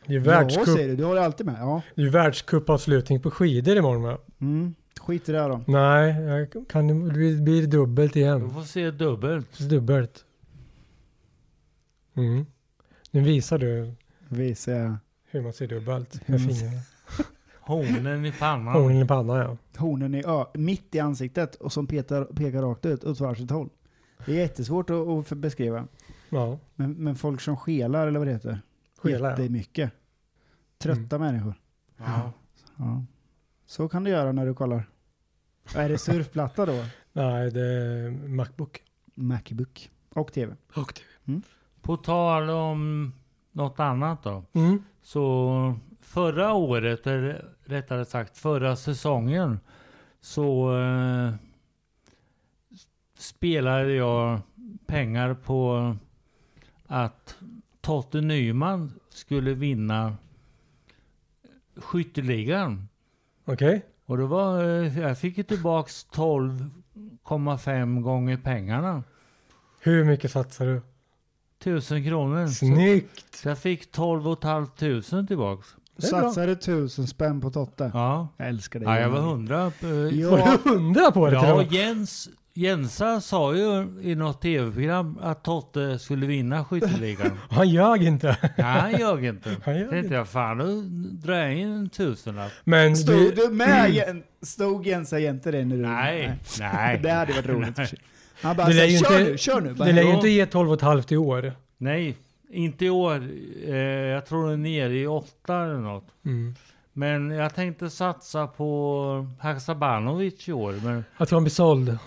Det är Ja, världscup- säger du. Du håller alltid med. Ja. det är världscupavslutning på skidor imorgon va? Mm. Skit i det här då. Nej, jag kan, det blir- blir dubbelt Du igen. får se dubbelt. Dubbelt. Mm. Nu visar du Visar jag hur man ser dubbelt Hur med man fingrarna. Hornen i pannan. Hornen i pannan ja. hornen i ö, mitt i ansiktet och som petar, pekar rakt ut åt varsitt håll. Det är jättesvårt att, att för- beskriva. Ja, Men, men folk som skelar eller vad det heter. Skelar, ja. Mm. Jättemycket. Trötta människor. Ja. Ja. Så kan du göra när du kollar. Är det surfplatta då? Nej, det är Macbook. Macbook. Och tv. Och TV. På tal om något annat då. Mm. Så förra året, eller rättare sagt förra säsongen, så eh, spelade jag pengar på att Totte Nyman skulle vinna skytteligan. Okej. Och det var, eh, jag fick ju tillbaks 12,5 gånger pengarna. Hur mycket satsar du? 1000 kronor. Så, Snyggt! så jag fick 12 500 tillbaks. Det är bra. Satsar du tusen spänn på Totte? Ja. Jag älskar dig. Ja, jag var hundra. eh, Var Ja, det hundra på det till och Ja, med? Jens, Jensa sa ju i något tv-program att Totte skulle vinna skytteligan. Han ljög inte. Nej, han ljög inte. Han ljög Tänkte jag, fan nu drar jag in en tusenlapp. Men stod du, du med? Jen- Stod Jensa jämte dig när du... Nej, nej. Det hade varit roligt. Nej. Han bara Det lär det ju kör inte- nu, kör nu. Bara, det lär ju Ja. inte ge 12,5 i år. Nej, inte i år. Eh, jag tror den är nere i åtta eller något. Mm. Men jag tänkte satsa på Haksabanovic i år. Men Jag tror han blir såld.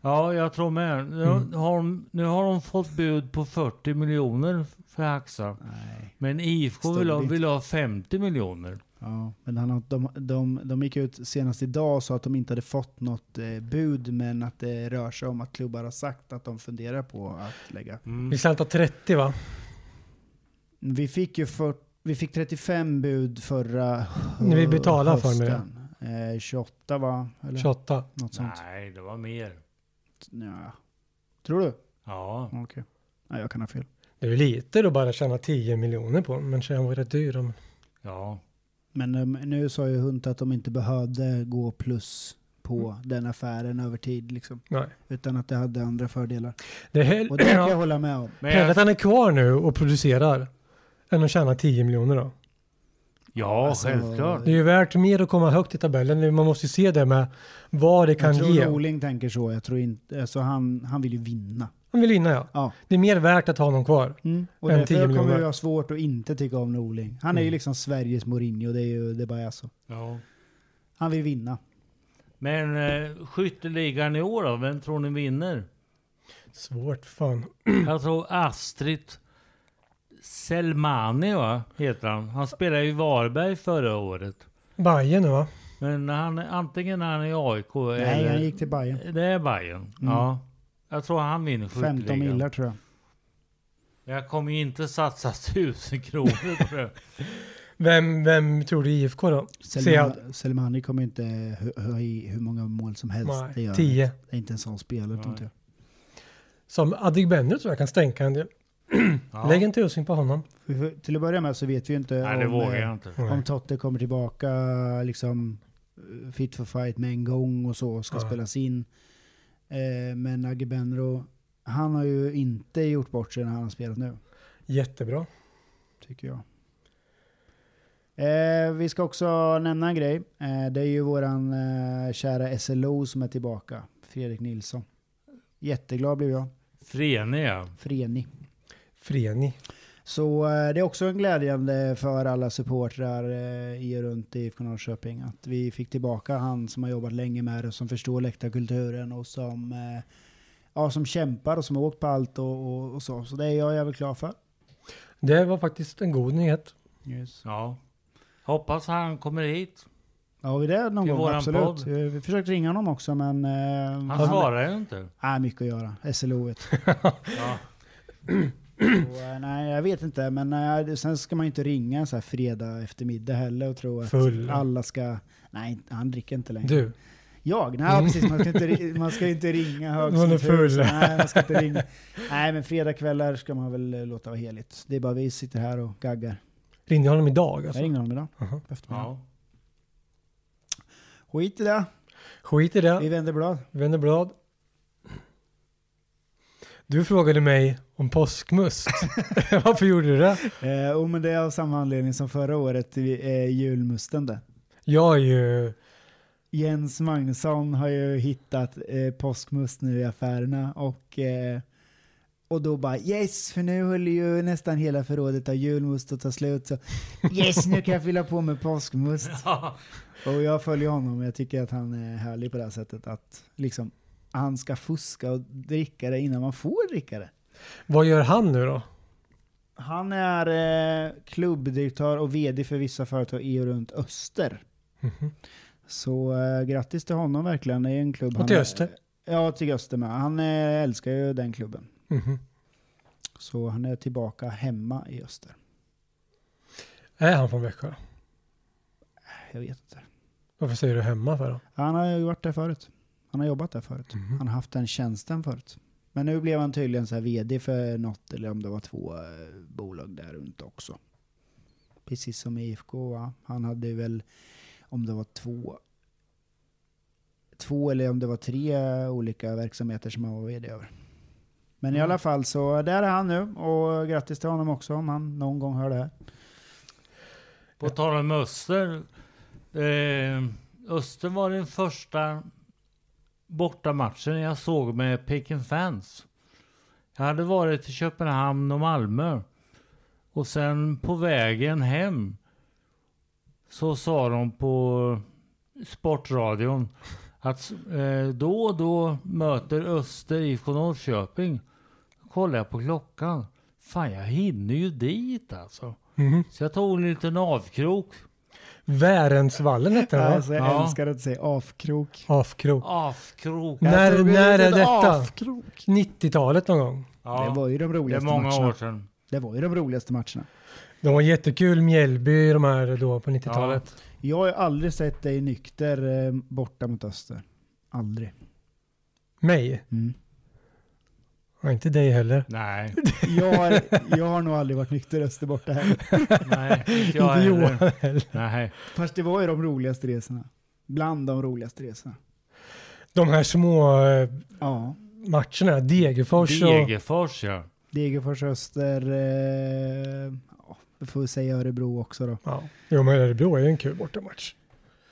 ja, jag tror med. Nu, Mm. har, de, nu har de fått bud på 40 miljoner för Haxa. Nej. Men IFK vill ha, Stod det vill ha 50 miljoner. Ja, men han, har- de, de, de gick ut senast idag och sa att de inte hade fått något eh, bud, men att det rör sig om att klubbar har sagt att de funderar på att lägga. Mm. Vi slantar 30 va? Vi fick ju för, vi fick 35 bud förra När vi betalade för mig det. det. Eh, 28 va? Eller 28. något sånt. Nej, det var mer. Ja. Tror du? Ja, Okej. Nej, jag kan ha fel. Det är ju lite då bara tjäna 10 miljoner på men han var rätt dyr. Om. ja. Men eh, nu sa ju Hunt att de inte behövde gå plus på Mm. den affären över tid liksom. Nej. Utan att det hade andra fördelar. Det är hell- Och det kan jag hålla med om. Men hellre att jag, han är kvar nu och producerar än att tjäna 10 miljoner då. ja, Alltså, självklart. Det är ju värt mer att komma högt i tabellen. Man måste ju se det med vad det kan jag tror ge. Norling tänker så. Jag tror inte, alltså han, han vill ju vinna. Han vill vinna ja. Ja. Det är mer värt att ha honom kvar. Och Mm. En tio därför kommer miljoner. vi ha svårt att inte tycka om Norling. Han är ju Mm. liksom Sveriges Mourinho, det är ju det bara är så. Ja. Han vill vinna. Men eh, skytteligan i år då, vem tror ni vinner? Svårt fan. Jag tror Astrid Selmani va, heter han. Han spelade i Varberg förra året. Bajen nu va? Men han, antingen är han i AIK Nej, eller... han gick till Bayern. Det är Bayern. Ja. Jag tror han vinner 15 skytteligan. millar tror jag. Jag kommer ju inte satsa tusen kronor på det. Vem, vem tror du IFK då? Ser jag- Selma- Selmani kommer inte hö- ha i hur många mål som helst. det Nej, gör han. tio. Det är inte en sån spelare tror inte jag. Som Adegbenro tror jag kan stänka en del. Ja. Lägg en tusing på honom. Vi får- Till att börja med så vet vi ju inte Nej, det om, vågar eh, jag inte. om Totte kommer tillbaka liksom eh, fit for fight med en gång och så ska Ja. spelas in. Eh, men Agebenro, han har ju inte gjort bort sig när han har spelat nu, Jättebra. tycker jag. Eh, vi ska också nämna en grej. Eh, det är ju våran eh, kära SLO som är tillbaka, Fredrik Nilsson. Jätteglad blev jag. Frenig ja. Frenig. Freni. Så eh, det är också en glädjande för alla supportrar eh, i och runt IFK Norrköping att vi fick tillbaka han som har jobbat länge med det, som förstår läktarkulturen och som, eh, ja, som kämpar och som har åkt på allt och, och, och så. Så det är jag jävligt glad för. Det var faktiskt en god nyhet. ja. Hoppas han kommer hit. Ja, har vi det någon Till gång? våran Absolut. podd. Eh, Vi försökte ringa honom också, men... eh, Han svarar ju inte. Nej, mycket att göra. SLO. vet du. Ja. Så, eh, nej, jag vet inte, men eh, det- sen ska man ju inte ringa så här fredag eftermiddag heller och tro att Full. alla ska... Nej, han dricker inte längre. Du, Jag? Nej, precis. Man ska inte, ri- man ska inte ringa högst. Mm. Man är som tusen. full. Nej, man ska inte ringa. Nej, men fredagkvällar ska man väl eh, låta vara heligt. Det är bara vi sitter här och gaggar. ringde honom idag Jag alltså? ringde honom idag. Aha. på eftermiddagen. Ja. Skit i det. Skit i Vi det, vänder blad. vänder blad. Du frågade mig om påskmust. Varför gjorde du det? Eh, och men det är av samma anledning som förra året, vi- eh, julmusten där. Jag är ju... Jens Magnusson har ju hittat eh, påskmust nu i affärerna och, eh, och då bara yes, för nu höll ju nästan hela förrådet av julmust att ta slut så yes, nu kan jag fylla på med påskmust. Och jag följer honom och jag tycker att han är härlig på det här sättet att liksom han ska fuska och dricka det innan man får dricka det. Vad gör han nu då? Han är eh, klubbdirektör och vd för vissa företag i och runt Öster. Mhm. Så eh, grattis till honom verkligen. Det är en klubb Och till han- Öster. Ja, till Öster med. Han eh, älskar ju den klubben. Mhm. Så han är tillbaka hemma i Öster. Är han från Växjö? Jag vet inte. Varför säger du hemma för då? Han har ju varit där förut. Han har jobbat där förut. Mm. Mhm. Han har haft den tjänsten förut. Men nu blev han tydligen så här vd för något, eller om det var två eh, bolag där runt också. Precis som IFK va? Han hade ju väl, om det var två, två eller om det var tre olika verksamheter som han var vd över. Men Mm. i alla fall så, där är han nu och grattis till honom också om han någon gång hör det här. På tal om Öster. Eh, Öster var den första bortamatchen jag såg med Peking Fans. Jag hade varit i Köpenhamn och Malmö. Och sen på vägen hem så sa de på Sportradion att eh, då och då möter Öster IFK Norrköping. Då kollar jag på klockan. Fan, jag hinner ju dit alltså. Mhm. Så jag tog en liten avkrok. Värensvallen hette den va? Alltså, jag Ja. älskar att säga avkrok. Avkrok. Avkrok. När- Jag tog en när är liten detta? Avkrok. 90-talet någon gång. Ja, Det var ju de det är roligaste många matcherna. år sedan. Det var ju de roligaste matcherna. De var jättekul, Mjällby, de här då på 90-talet. Jag har ju aldrig sett dig nykter eh, borta mot Öster. Aldrig. Mm. Mig? Ja, inte dig heller. Nej, Jag, har, jag har nog aldrig varit nykter i Öster borta heller. nej, inte jag inte Johan heller. heller. Nej. Fast det var ju de roligaste resorna. Bland de roligaste resorna. De här små eh, Ja. matcherna, Degerfors och... Degerfors ja. Degerfors, Öster, eh, ja, vi får säga Örebro också då. Ja. Jo, men Örebro är ju en kul bortamatch.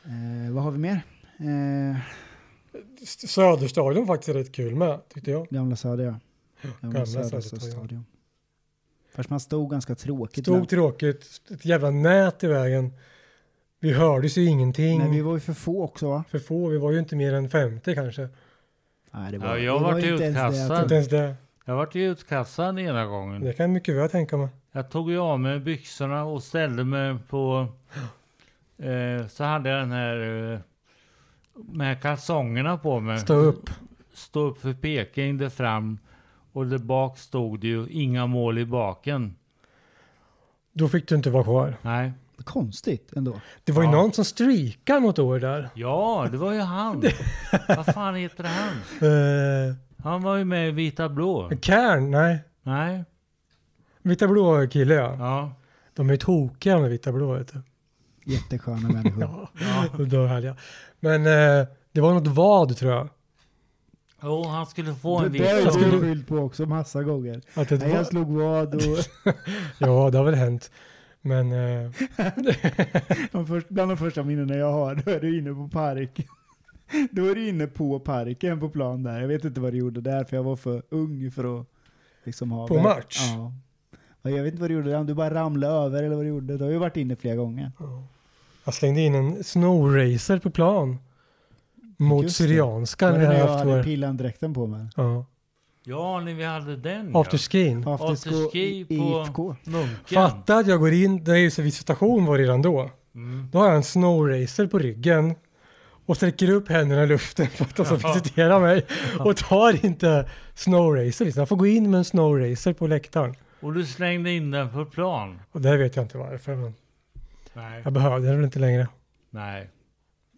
Eh, vad har vi mer? Eh, Söderstadion faktiskt är rätt kul med, tyckte jag. gamla Söder ja. Gamla Gamla Söder Söderstadion. stadion. Fast man stod ganska tråkigt. Stod men- tråkigt, ett jävla nät i vägen. Vi hördes ju ingenting. Nej, vi var ju för få också va? För få, vi var ju inte mer än 50 kanske. Nej, det Ja, jag det vart ju inte ens det att- utkastad. Inte ens det. Jag vart ju utkastad ena gången. Det kan jag mycket väl tänka mig. Jag tog ju av mig byxorna och ställde mig på... Eh, så hade jag den här... Eh, med kalsongerna på mig. Stå upp. Stå upp för Peking där fram. Och där bak stod det ju inga mål i baken. Då fick du inte vara kvar. Nej. konstigt ändå. Det var ju Ja. någon som streakade något år där. Ja, det var ju han. Vad fan heter han? Eh, Han var ju med i Vita Blå. Cairn, nej. Nej, Vita blå kille ja. ja. De är tokiga med vita blå vet du. Jättesköna människor. Ja, ja. då hade jag. Men eh, det var något vad tror jag. Jo, han skulle få en det har viss jag skulle- blivit summa. skylld på också massa gånger. Att det Nej, var, jag slog vad och ja, det har väl hänt. Men eh, de först, bland de första minnena jag har, då är du inne på parken. Då är du inne på parken på plan där. Jag vet inte vad du gjorde där, för jag var för ung för att liksom ha... På match? Ja. Och Jag vet inte vad du gjorde, om du bara ramlade över eller vad du gjorde. Du har ju varit inne flera gånger. jag slängde in en snowracer på plan. Mot Just det. Syrianska Var när det när jag jag haft hade vår... pillandräkten på mig? Ja, Ja, när vi hade den ja. afterskin. Afterski Afterski i på- IFK. Munken. Fatta att jag går in, det är ju så vid station var det redan då. Mm. Då har jag en snowracer på ryggen och sträcker upp händerna i luften för att de ska Ja. visitera mig och tar inte snowracer. Liksom. Jag får gå in med en snowracer på läktaren. Och du slängde in den på plan. Och där vet jag inte varför, men Nej. jag behövde den väl inte längre. Nej.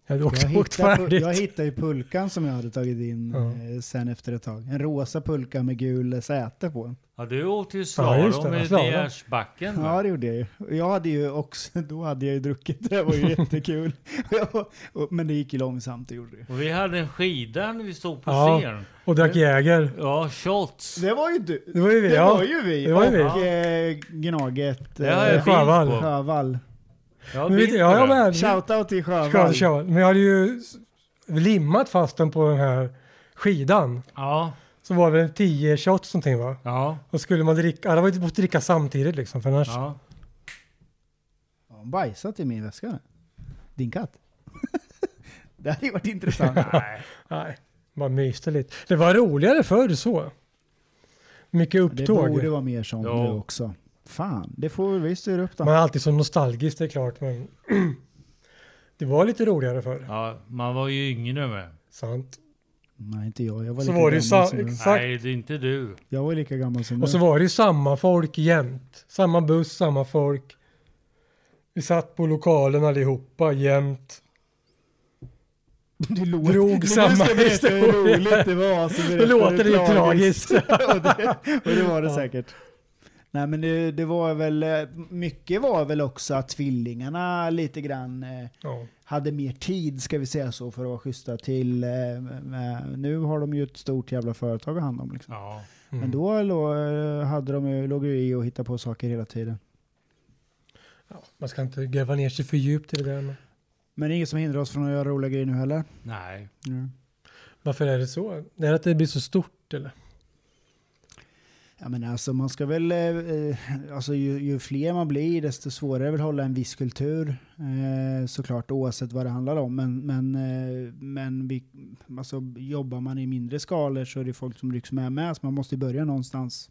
Jag hade Jag också åkt hittade, pu- färdigt. jag hittade ju pulkan som jag hade tagit in Ja. eh, sen efter ett tag. En rosa pulka med gul säte på. Ja, du åkte ju Ja, just det. slalom i Slalom. Deersbacken. Ja, det gjorde jag ju. Och Jag hade ju också, då hade jag ju druckit, det var ju jättekul. Och jag var- och- Men det gick ju långsamt, det gjorde det. Och vi hade en skida när vi stod på Ja. scen. Och drack Jäger. Ja, shots. Det var ju du. Det var ju vi, Det ja. var ju vi. Det var ju vi. Och eh, Gnaget. eh, Det har jag bild Sjövall. på. Sjövall. Jag har Men vet, du, bild på ja, jag det. med. Shoutout till Kör, Sjövall. kör. Men jag hade ju s- limmat fast den på den här skidan. Ja, Så var det väl 10 shots någonting va? ja, Och skulle man dricka, alla var ju måste dricka samtidigt liksom för annars. ja. Har hon bajsat i min väska? Din katt? det hade ju varit intressant. Nej. Nej, man myste lite. Det var roligare förr så. Mycket Det upptåg. borde vara mer sånt Ja. nu också. Fan, det får vi styra upp då. Man är alltid så nostalgisk det är klart men det var lite roligare förr. Ja, man var ju yngre med. Sant. Nej, inte jag. Jag var Så lika var det ju gammal sa- som du. ex- Exakt. Nej, det är inte du. Jag var lika gammal som Och så du. var det ju samma folk jämt. Samma buss, samma folk. Vi satt på lokalen allihopa jämt. Du låter... drog Men nu samma ska jag berätta hur historia. roligt det var. Så Det berättar låter du ju tragiskt. och, det, och det var det säkert. Nej men det, det var väl, eh, mycket var väl också att tvillingarna lite grann eh, Ja. Mm. hade mer tid ska vi säga så för att vara schyssta till. Eh, med, nu har de ju ett stort jävla företag att hand om. Liksom. Ja. Mm. Men då lå- eh, hade de ju, låg ju i och hittade på saker hela tiden. Ja, man ska inte gräva ner sig för djupt i det där. Men Men det är inget som hindrar oss från att göra roliga grejer nu heller. Nej. Mm. varför är det så? Det är att det blir så stort eller? Ja, men alltså, man ska väl, eh, eh, alltså, ju, ju fler man blir desto svårare är väl att hålla en viss kultur eh, såklart oavsett vad det handlar om. Men, men, eh, men vi, alltså, jobbar man i mindre skalor så är det folk som rycks med med så man måste ju börja någonstans.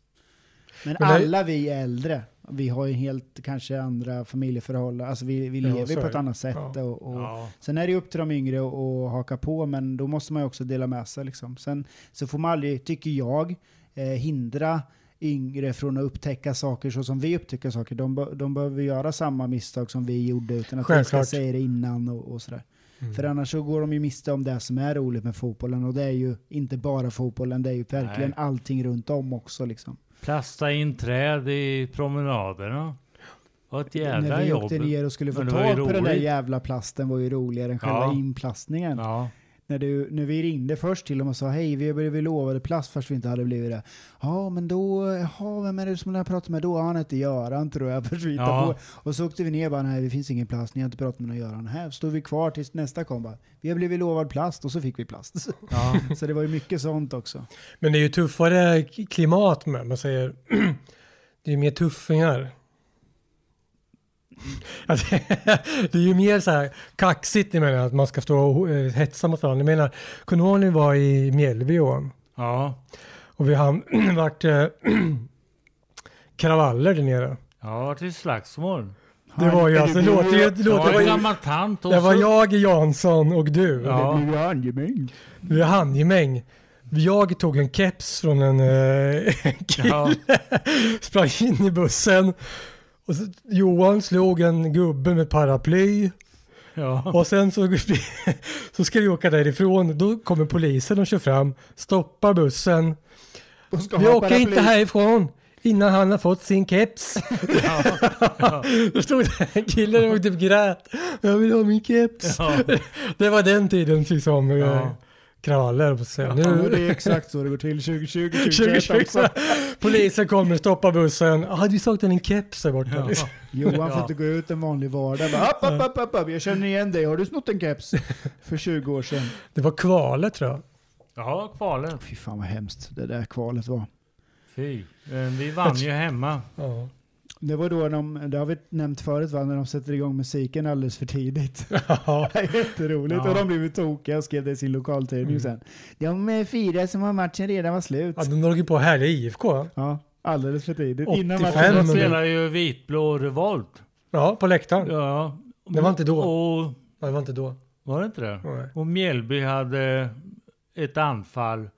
Men, Men det- alla vi är äldre. Vi har ju helt kanske andra familjeförhållanden. Alltså vi, vi Ja, lever så ju är på ett det. annat sätt. Ja. Och, och, Ja. Sen är det ju upp till de yngre att- att haka på, men då måste man ju också dela med sig. Liksom. Sen så får man aldrig, tycker jag, eh, hindra yngre från att upptäcka saker så som vi upptäcker saker. De, be- de behöver göra samma misstag som vi gjorde utan att vi ska Självklart. säga det innan och, och sådär. Mm. För annars så går de ju miste om det som är roligt med fotbollen och det är ju inte bara fotbollen, det är ju verkligen Nej. allting runt om också. Liksom. Plasta in träd i promenaderna. Vad ett När jävla vi jobb. åkte ner och skulle få Men det var ju tag på den där roligt. jävla plasten var ju roligare än själva Ja. inplastningen. Ja. När, du, när vi ringde först till dem och sa hej, vi blev lovade plast fast vi inte hade blivit det. Ja, men då, jaha, vem är det som jag pratade med då? Han hette Göran tror jag. Först vi hittade Ja. på. Och så åkte vi ner och bara, nej det finns ingen plast, ni har inte pratat med någon Göran. Här stod vi kvar tills nästa kom bara, vi har blivit lovad plast och så fick vi plast. Så, ja. så det var ju mycket sånt också. Men det är ju tuffare k- klimat med. Man säger det är ju mer tuffingar. Alltså, det är ju mer så här kaxigt, jag menar att man ska stå och eh, hetsa mot varandra. Jag menar, kommer du ihåg när vi var i Mjällby Johan? ja. Och vi har varit eh, kravaller där nere. Ja, till slagsmål. Det var ju alltså, det låter ju... Det Det var en låter, gammal tant och det var så- jag, Jansson och du. Ja. Det blev ju angemäng. Vi är handgemäng. Jag tog en keps från en eh, kille, Ja. sprang in i bussen Och så, Johan slog en gubbe med paraply Ja. och sen så, så ska vi åka därifrån. Då kommer polisen och kör fram, stoppar bussen. Och ska Vi ha åker paraply. inte härifrån innan han har fått sin keps. Då stod det en kille och typ grät. Jag vill ha min keps. Ja. Det var den tiden typ som ja. Ja. kraller på sig. Ja, men Nu, det är exakt så det går till 2020, 2021 2020. också. Polisen kommer, stoppar bussen. Ah, du saknar en keps där borta. Ja. Johan får Ja. inte gå ut en vanlig vardag. Bara, app, app, app, app, app. Jag känner igen dig. Har du snott en keps? För 20 år sedan. Det var kvalet tror jag. ja, kvalet. Fy fan vad hemskt det där kvalet var. Fy. Eh, Vi vann ju hemma. Ja. Det var då de, det har vi nämnt förut va, när de sätter igång musiken alldeles för tidigt. Det är Jätteroligt. Ja. Och de blev ju tokiga och skrev det i sin lokaltidning Mm. sen. De eh, fyra som har matchen redan var slut. Ja, de drog på härliga IFK. Ja, alldeles för tidigt. 85. matchen. De men det- spelar ju vitblå revolt. Ja, på läktaren. Ja. Det var inte då. Och, Ja, det var inte då. var det inte det? Nej. Och Mjällby hade ett anfall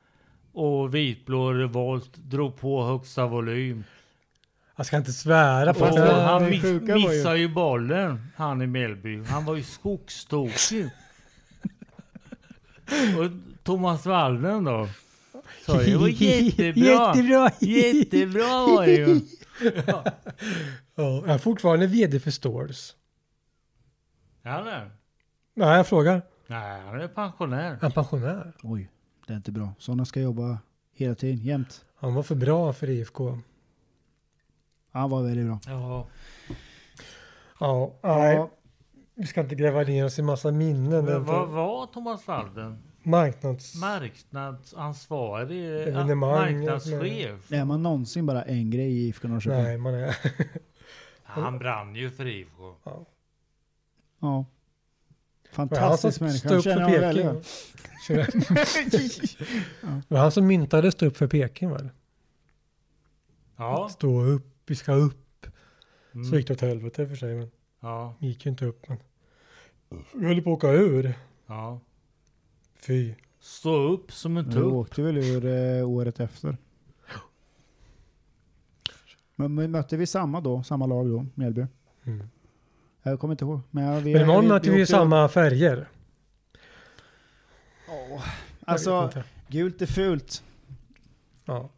och vitblå revolt drog på högsta volym. Jag ska inte svära på Och att fast det- han det miss, sjuka var ju- missade ju bollen, han i Mjällby. Han var ju skogstokig. och Thomas Wallen då? Så det var jättebra. Jättebra. Jättebra var det ju. Ja, jag är fortfarande vd för Stores. Är han det? Nej, jag frågar. Nej, han är pensionär. Han är pensionär. Oj, det är inte bra. Sådana ska jobba hela tiden, jämt. Han var för bra för IFK. Han var väldigt bra. Ja. Ja, nej. Ja, Vi ska inte gräva ner oss i massa minnen. Men vad Var... var Thomas Walden? Marknads... Marknadsansvarig, eh, Evenemang, marknadschef. är man någonsin bara en grej i IFK Norrköping? Nej, man är... Han brann ju för IFK. Ja. Det var han som Fantastisk människa. stod upp Känner honom för väldigt Peking. väl. Det var han som myntade stå upp för Peking väl? Ja. Stå upp, vi ska upp. Så Mm. gick det åt helvete för sig. Men Ja. gick ju inte upp. Men... Vi höll på att åka ur. ja. Fy. Stå upp som en Men Du tupp. åkte väl ur eh, året efter? Men, men mötte vi samma då? Samma lag då? Mjällby? Mm. Jag kommer inte ihåg. Men, ja, vi, Men imorgon möter vi ju åkte- samma färger. Åh, Jag vet Alltså, inte. gult är fult. Ja.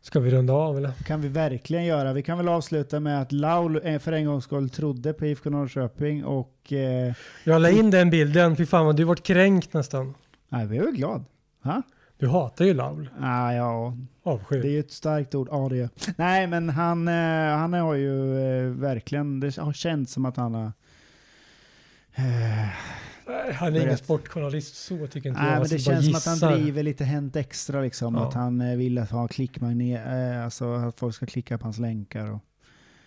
Ska vi runda av eller? kan vi verkligen göra. Vi kan väl avsluta med att Laul eh, för en gångs skull trodde på IFK Norrköping och... Eh, Jag la in den bilden. Fy fan vad du vart kränkt nästan. nej, vi är väl glad. Du hatar ju Laul. Ah, ja, det är Avsky. ju ett starkt ord. Ja, det är. Nej, men han, eh, han har ju eh, verkligen... Det har känts som att han har... Eh, Nej, Han är ingen Berätta. sportjournalist så tycker inte nej, jag. men Alltså, det bara känns som att gissar. han driver lite Hänt Extra liksom. Ja. Att han eh, vill att ha klickmagnet, eh, alltså att folk ska klicka på hans länkar. Och,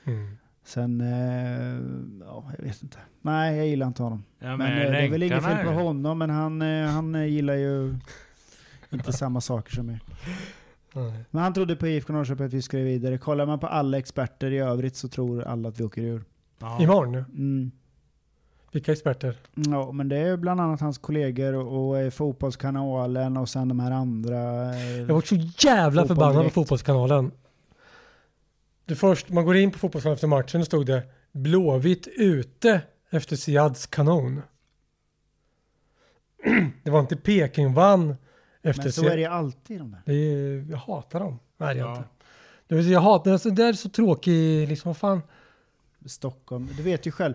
Mm. sen, eh, ja, jag vet inte. Nej, jag gillar inte honom. Ja, men Men eh, det är väl inget fel på honom. honom, men han, eh, han eh, gillar ju inte samma saker som mig. Nej. Men han trodde på IFK Norrköping att vi skulle vidare. Kollar man på alla experter i övrigt så tror alla att vi åker ur. Ja. Imorgon nu? Mm. Vilka experter? Ja, men det är bland annat hans kollegor och, och eh, Fotbollskanalen och sen de här andra. eh, Jag vart så jävla Fotboll förbannad på direkt. Fotbollskanalen. Det först, man går in på Fotbollskanalen efter matchen och stod det Blåvitt ute efter Siads kanon. Det var inte Peking vann efter Men så är det Siad. ju alltid de där. Det är, jag hatar dem. Nej, det är jag Ja. inte. Det vill säga, jag hatar, alltså, det där är så tråkig, liksom fan. Stockholm, du vet ju själv.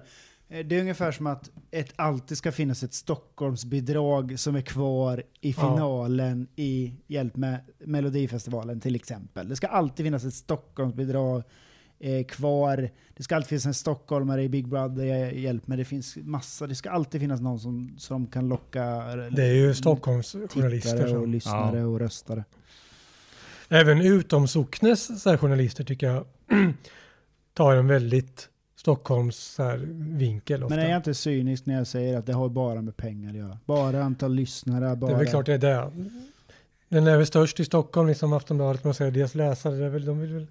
Eh, Det är ungefär som att ett, alltid ska finnas ett Stockholmsbidrag som är kvar i Ja. finalen i Hjälp med Melodifestivalen till exempel. Det ska alltid finnas ett Stockholmsbidrag eh, kvar. Det ska alltid finnas en stockholmare i Big Brother eh, Hjälp med. Det finns massa. Det ska alltid finnas någon som, som kan locka eh, Det är ju Stockholms journalister. tittare och som- lyssnare Ja. och röstare. Även utom socknes så här, journalister tycker jag tar en väldigt Stockholms så här, vinkel ofta. Men är jag inte cynisk när jag säger att det har bara med pengar att göra? Bara antal lyssnare, bara... Det är väl klart det är det. Den är väl störst i Stockholm, liksom Aftonbladet, man säger deras läsare, det är väl, de vill väl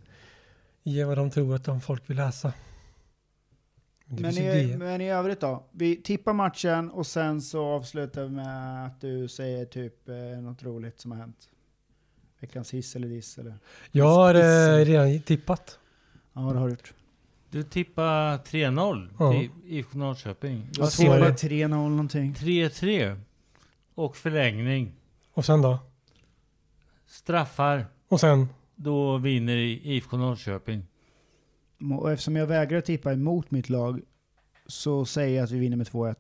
ge vad de tror att de folk vill läsa. Men det Men finns ju i, det. men i övrigt då? Vi tippar matchen och sen så avslutar vi med att du säger typ eh, något roligt som har hänt. Veckans hiss eller diss eller? Jag har eh, Skissen. redan tippat. Ja, det har du gjort. Du tippar 3-0 Ja. till IFK Norrköping. Jag Jag så är tippade det. 3-0 någonting. 3-3 och förlängning. Och sen då? Straffar, Och sen? då vinner IFK Norrköping. Och eftersom jag vägrar tippa emot mitt lag så säger jag att vi vinner med 2-1.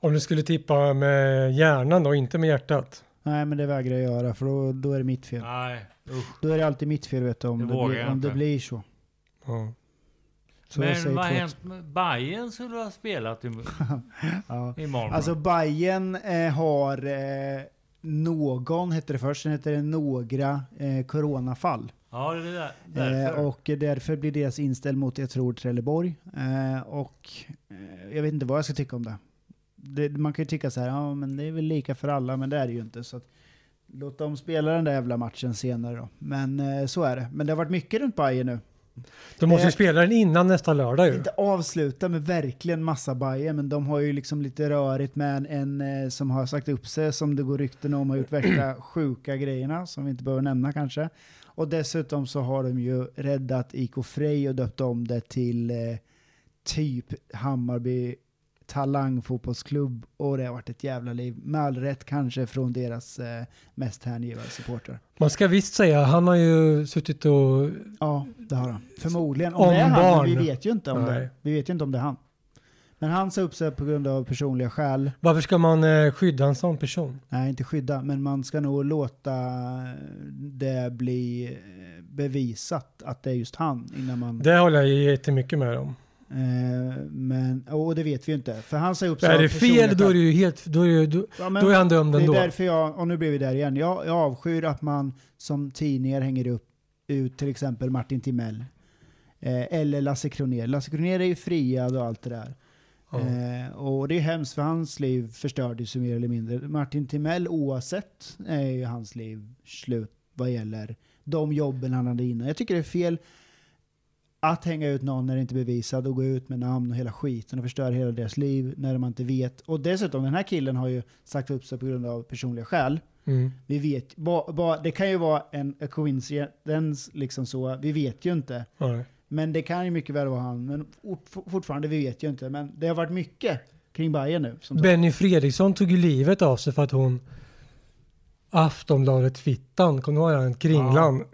Om du skulle tippa med hjärnan då, inte med hjärtat. Nej, men det vägrar jag göra för då, då är det mitt fel. Nej, usch. Då är det alltid mitt fel vet du, om, Det det, vågar blir, jag om det inte. blir så. Ja. så jag Men säger vad har 2-1. hänt med Bayern skulle ha spelat i, Ja. i Malmö? Alltså Bayern eh, har eh, någon, hette det först, sen hette det några eh, coronafall. ja, det är där, Eh, därför. och därför blir deras inställd mot, jag tror, Trelleborg. Eh, och eh, jag vet inte vad jag ska tycka om det. det. Man kan ju tycka så här, ja men det är väl lika för alla, men det är det ju inte. Så att, låt dem spela den där jävla matchen senare då. Men eh, så är det. Men det har varit mycket runt Bayern nu. De måste ju Eh. spela den innan nästa lördag ju. Inte avsluta med verkligen massa Bayern, men de har ju liksom lite rörigt med en, en eh, som har sagt upp sig, som det går rykten om, har gjort värsta sjuka grejerna, som vi inte behöver nämna kanske. Och dessutom så har de ju räddat IK Frej och döpt om det till eh, typ Hammarby talangfotbollsklubb och det har varit ett jävla liv. Med all rätt kanske från deras eh, mest hängivna supportrar. Man ska visst säga, han har ju suttit och... Ja, det har han. Förmodligen. Om, Om det är han, men vi barn. vet ju inte om Nej. det. Vi vet ju inte om det är han. Men han sa upp sig på grund av personliga skäl. Varför ska man eh, skydda en sån person? Nej, inte skydda, men man ska nog låta det bli eh, bevisat att det är just han innan man... Det håller jag jättemycket med om. Eh, men, och det vet vi ju inte. För han sa upp sig Är av det personliga fel då är det ju helt... Då är, det- då, skäl. Ja, men då är han dömd det är ändå. därför jag, och nu blir vi där igen, jag, jag avskyr att man som tidningar hänger upp ut till exempel Martin Timell. Eh, eller Lasse Kronér. Lasse Kronér är ju friad och allt det där. Ja. Eh, och det är hemskt för hans liv förstördes ju mer eller mindre. Martin Timell oavsett är ju hans liv slut vad gäller de jobben han hade innan. Jag tycker det är fel att hänga ut någon när det inte är bevisat och gå ut med namn och hela skiten och förstöra hela deras liv när man inte vet. Och dessutom, den här killen har ju sagt upp sig på grund av personliga skäl. Mm. Vi vet, ba, ba, det kan ju vara en a coincidence, liksom så. Vi vet ju inte. Nej. Men det kan ju mycket väl vara han. Men fort- fortfarande, vi vet ju inte. Men det har varit mycket kring Bayern nu. Som sagt. Benny Fredriksson tog ju livet av sig för att hon Aftonbladet-fittan, kommer du ihåg den? Kringlan.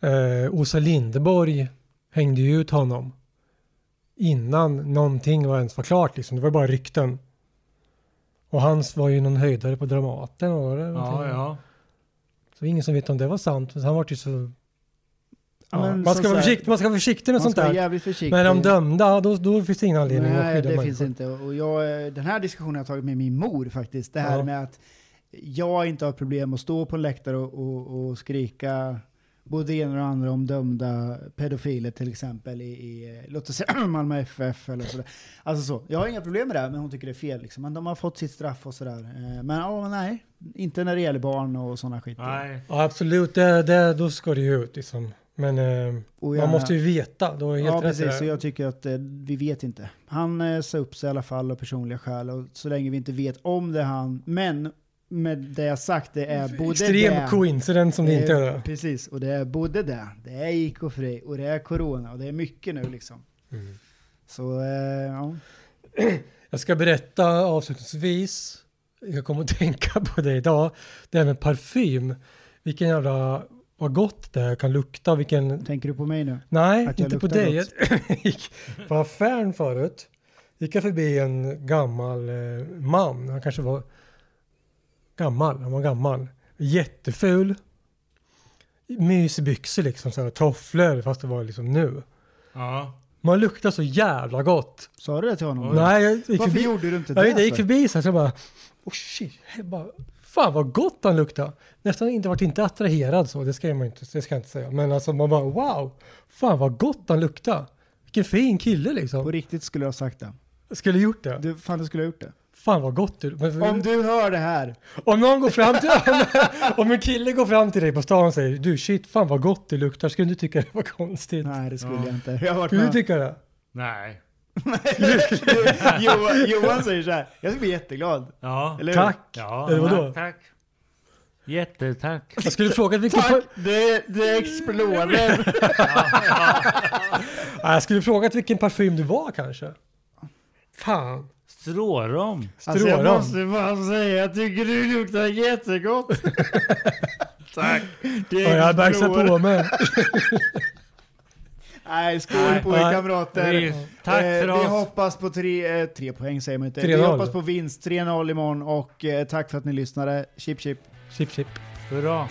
eh, Åsa Lindeborg hängde ju ut honom innan någonting var ens var klart. Liksom. Det var bara rykten. Och hans var ju någon höjdare på Dramaten. Var det? ja, ja. Så ingen som vet om det var sant. Men han var ju så... Ja, Ja, men man, som ska vara sagt, försiktig, man ska vara försiktig med man sånt ska vara där. jävligt försiktig. Men om dömda, då, då finns det ingen anledning att Nej, skydda det människor. finns inte. Och jag, eh, den här diskussionen har jag tagit med min mor faktiskt. Det här Ja. med att jag inte har problem att stå på en läktare och, och, och skrika både det ena och det andra om dömda pedofiler till exempel i, i eh, låt oss säga Malmö FF eller sådär. Alltså så. Jag har inga problem med det, här, men hon tycker det är fel liksom. Men de har fått sitt straff och sådär. Eh, Men ja, nej. Inte när det gäller barn och sådana skit. Nej. Ja, absolut, det, det, då ska det ju ut liksom. Men eh, Och man jag- måste ju veta, då är helt Ja, rätt i det. precis. Och jag tycker att eh, vi vet inte. Han eh, sa upp sig i alla fall av personliga skäl och så länge vi inte vet om det är han. Men med det jag sagt, det är både Extrem det... coincidence om det inte är eh, det. Precis, och det är både det, det är IK Frej och det är corona och det är mycket nu liksom. Mm. Så eh, ja. Jag ska berätta avslutningsvis, jag kommer att tänka på det idag, det här med parfym. Vilken jävla, vad gott det här kan lukta, vilken Tänker du på mig nu? Nej, Att jag inte på luktar dig. Jag gick på affären förut. Gick jag förbi en gammal eh, man. Han kanske var gammal. Han var gammal. Jätteful. Mysbyxor liksom. Så här, tofflor fast det var liksom nu. Ja. Man luktar så jävla gott. Sa du det till honom? Nej, jag gick Varför förbi. gjorde du inte Jag, det? vet, jag gick för? förbi så här så jag bara. Oh shit. Jag bara, fan vad gott han luktar. Nästan inte varit inte attraherad så. Det ska man inte, det ska jag inte säga. Men alltså man bara wow. Fan vad gott han luktar. Vilken fin kille På liksom. riktigt skulle jag ha sagt det. Skulle gjort det. Du, fan, du skulle ha gjort det. Fan vad gott du. Men, Om om, du hör det här, någon går fram till om, en kille går fram till dig på stan och säger du shit fan vad gott det luktar. Skulle du tycka det var konstigt? nej det skulle Ja. jag inte. Jag har varit Skulle du med. tycka det? Nej. Johan, Johan säger så här, jag skulle bli jätteglad. Ja. Eller hur? Tack. Ja, Eller vadå? tack, tack. Jättetack. Jag skulle fråga vilken, po- Tack! Det, det är exploder! Ja, jag skulle fråga vilken parfym det var kanske. Fan. Strårom. Alltså jag Strålar. måste bara säga, jag tycker du luktar jättegott! Tack! Det ja, jag bajsar på mig. Nej, skål Nej. på er Nej. kamrater. Vi- Tack Eh, för vi oss. hoppas på tre, eh, tre poäng säger man inte. Vi 3-0. hoppas på vinst 3-0 imorgon och eh, tack för att ni lyssnade. Chip chip. Chip, chip. Hurra.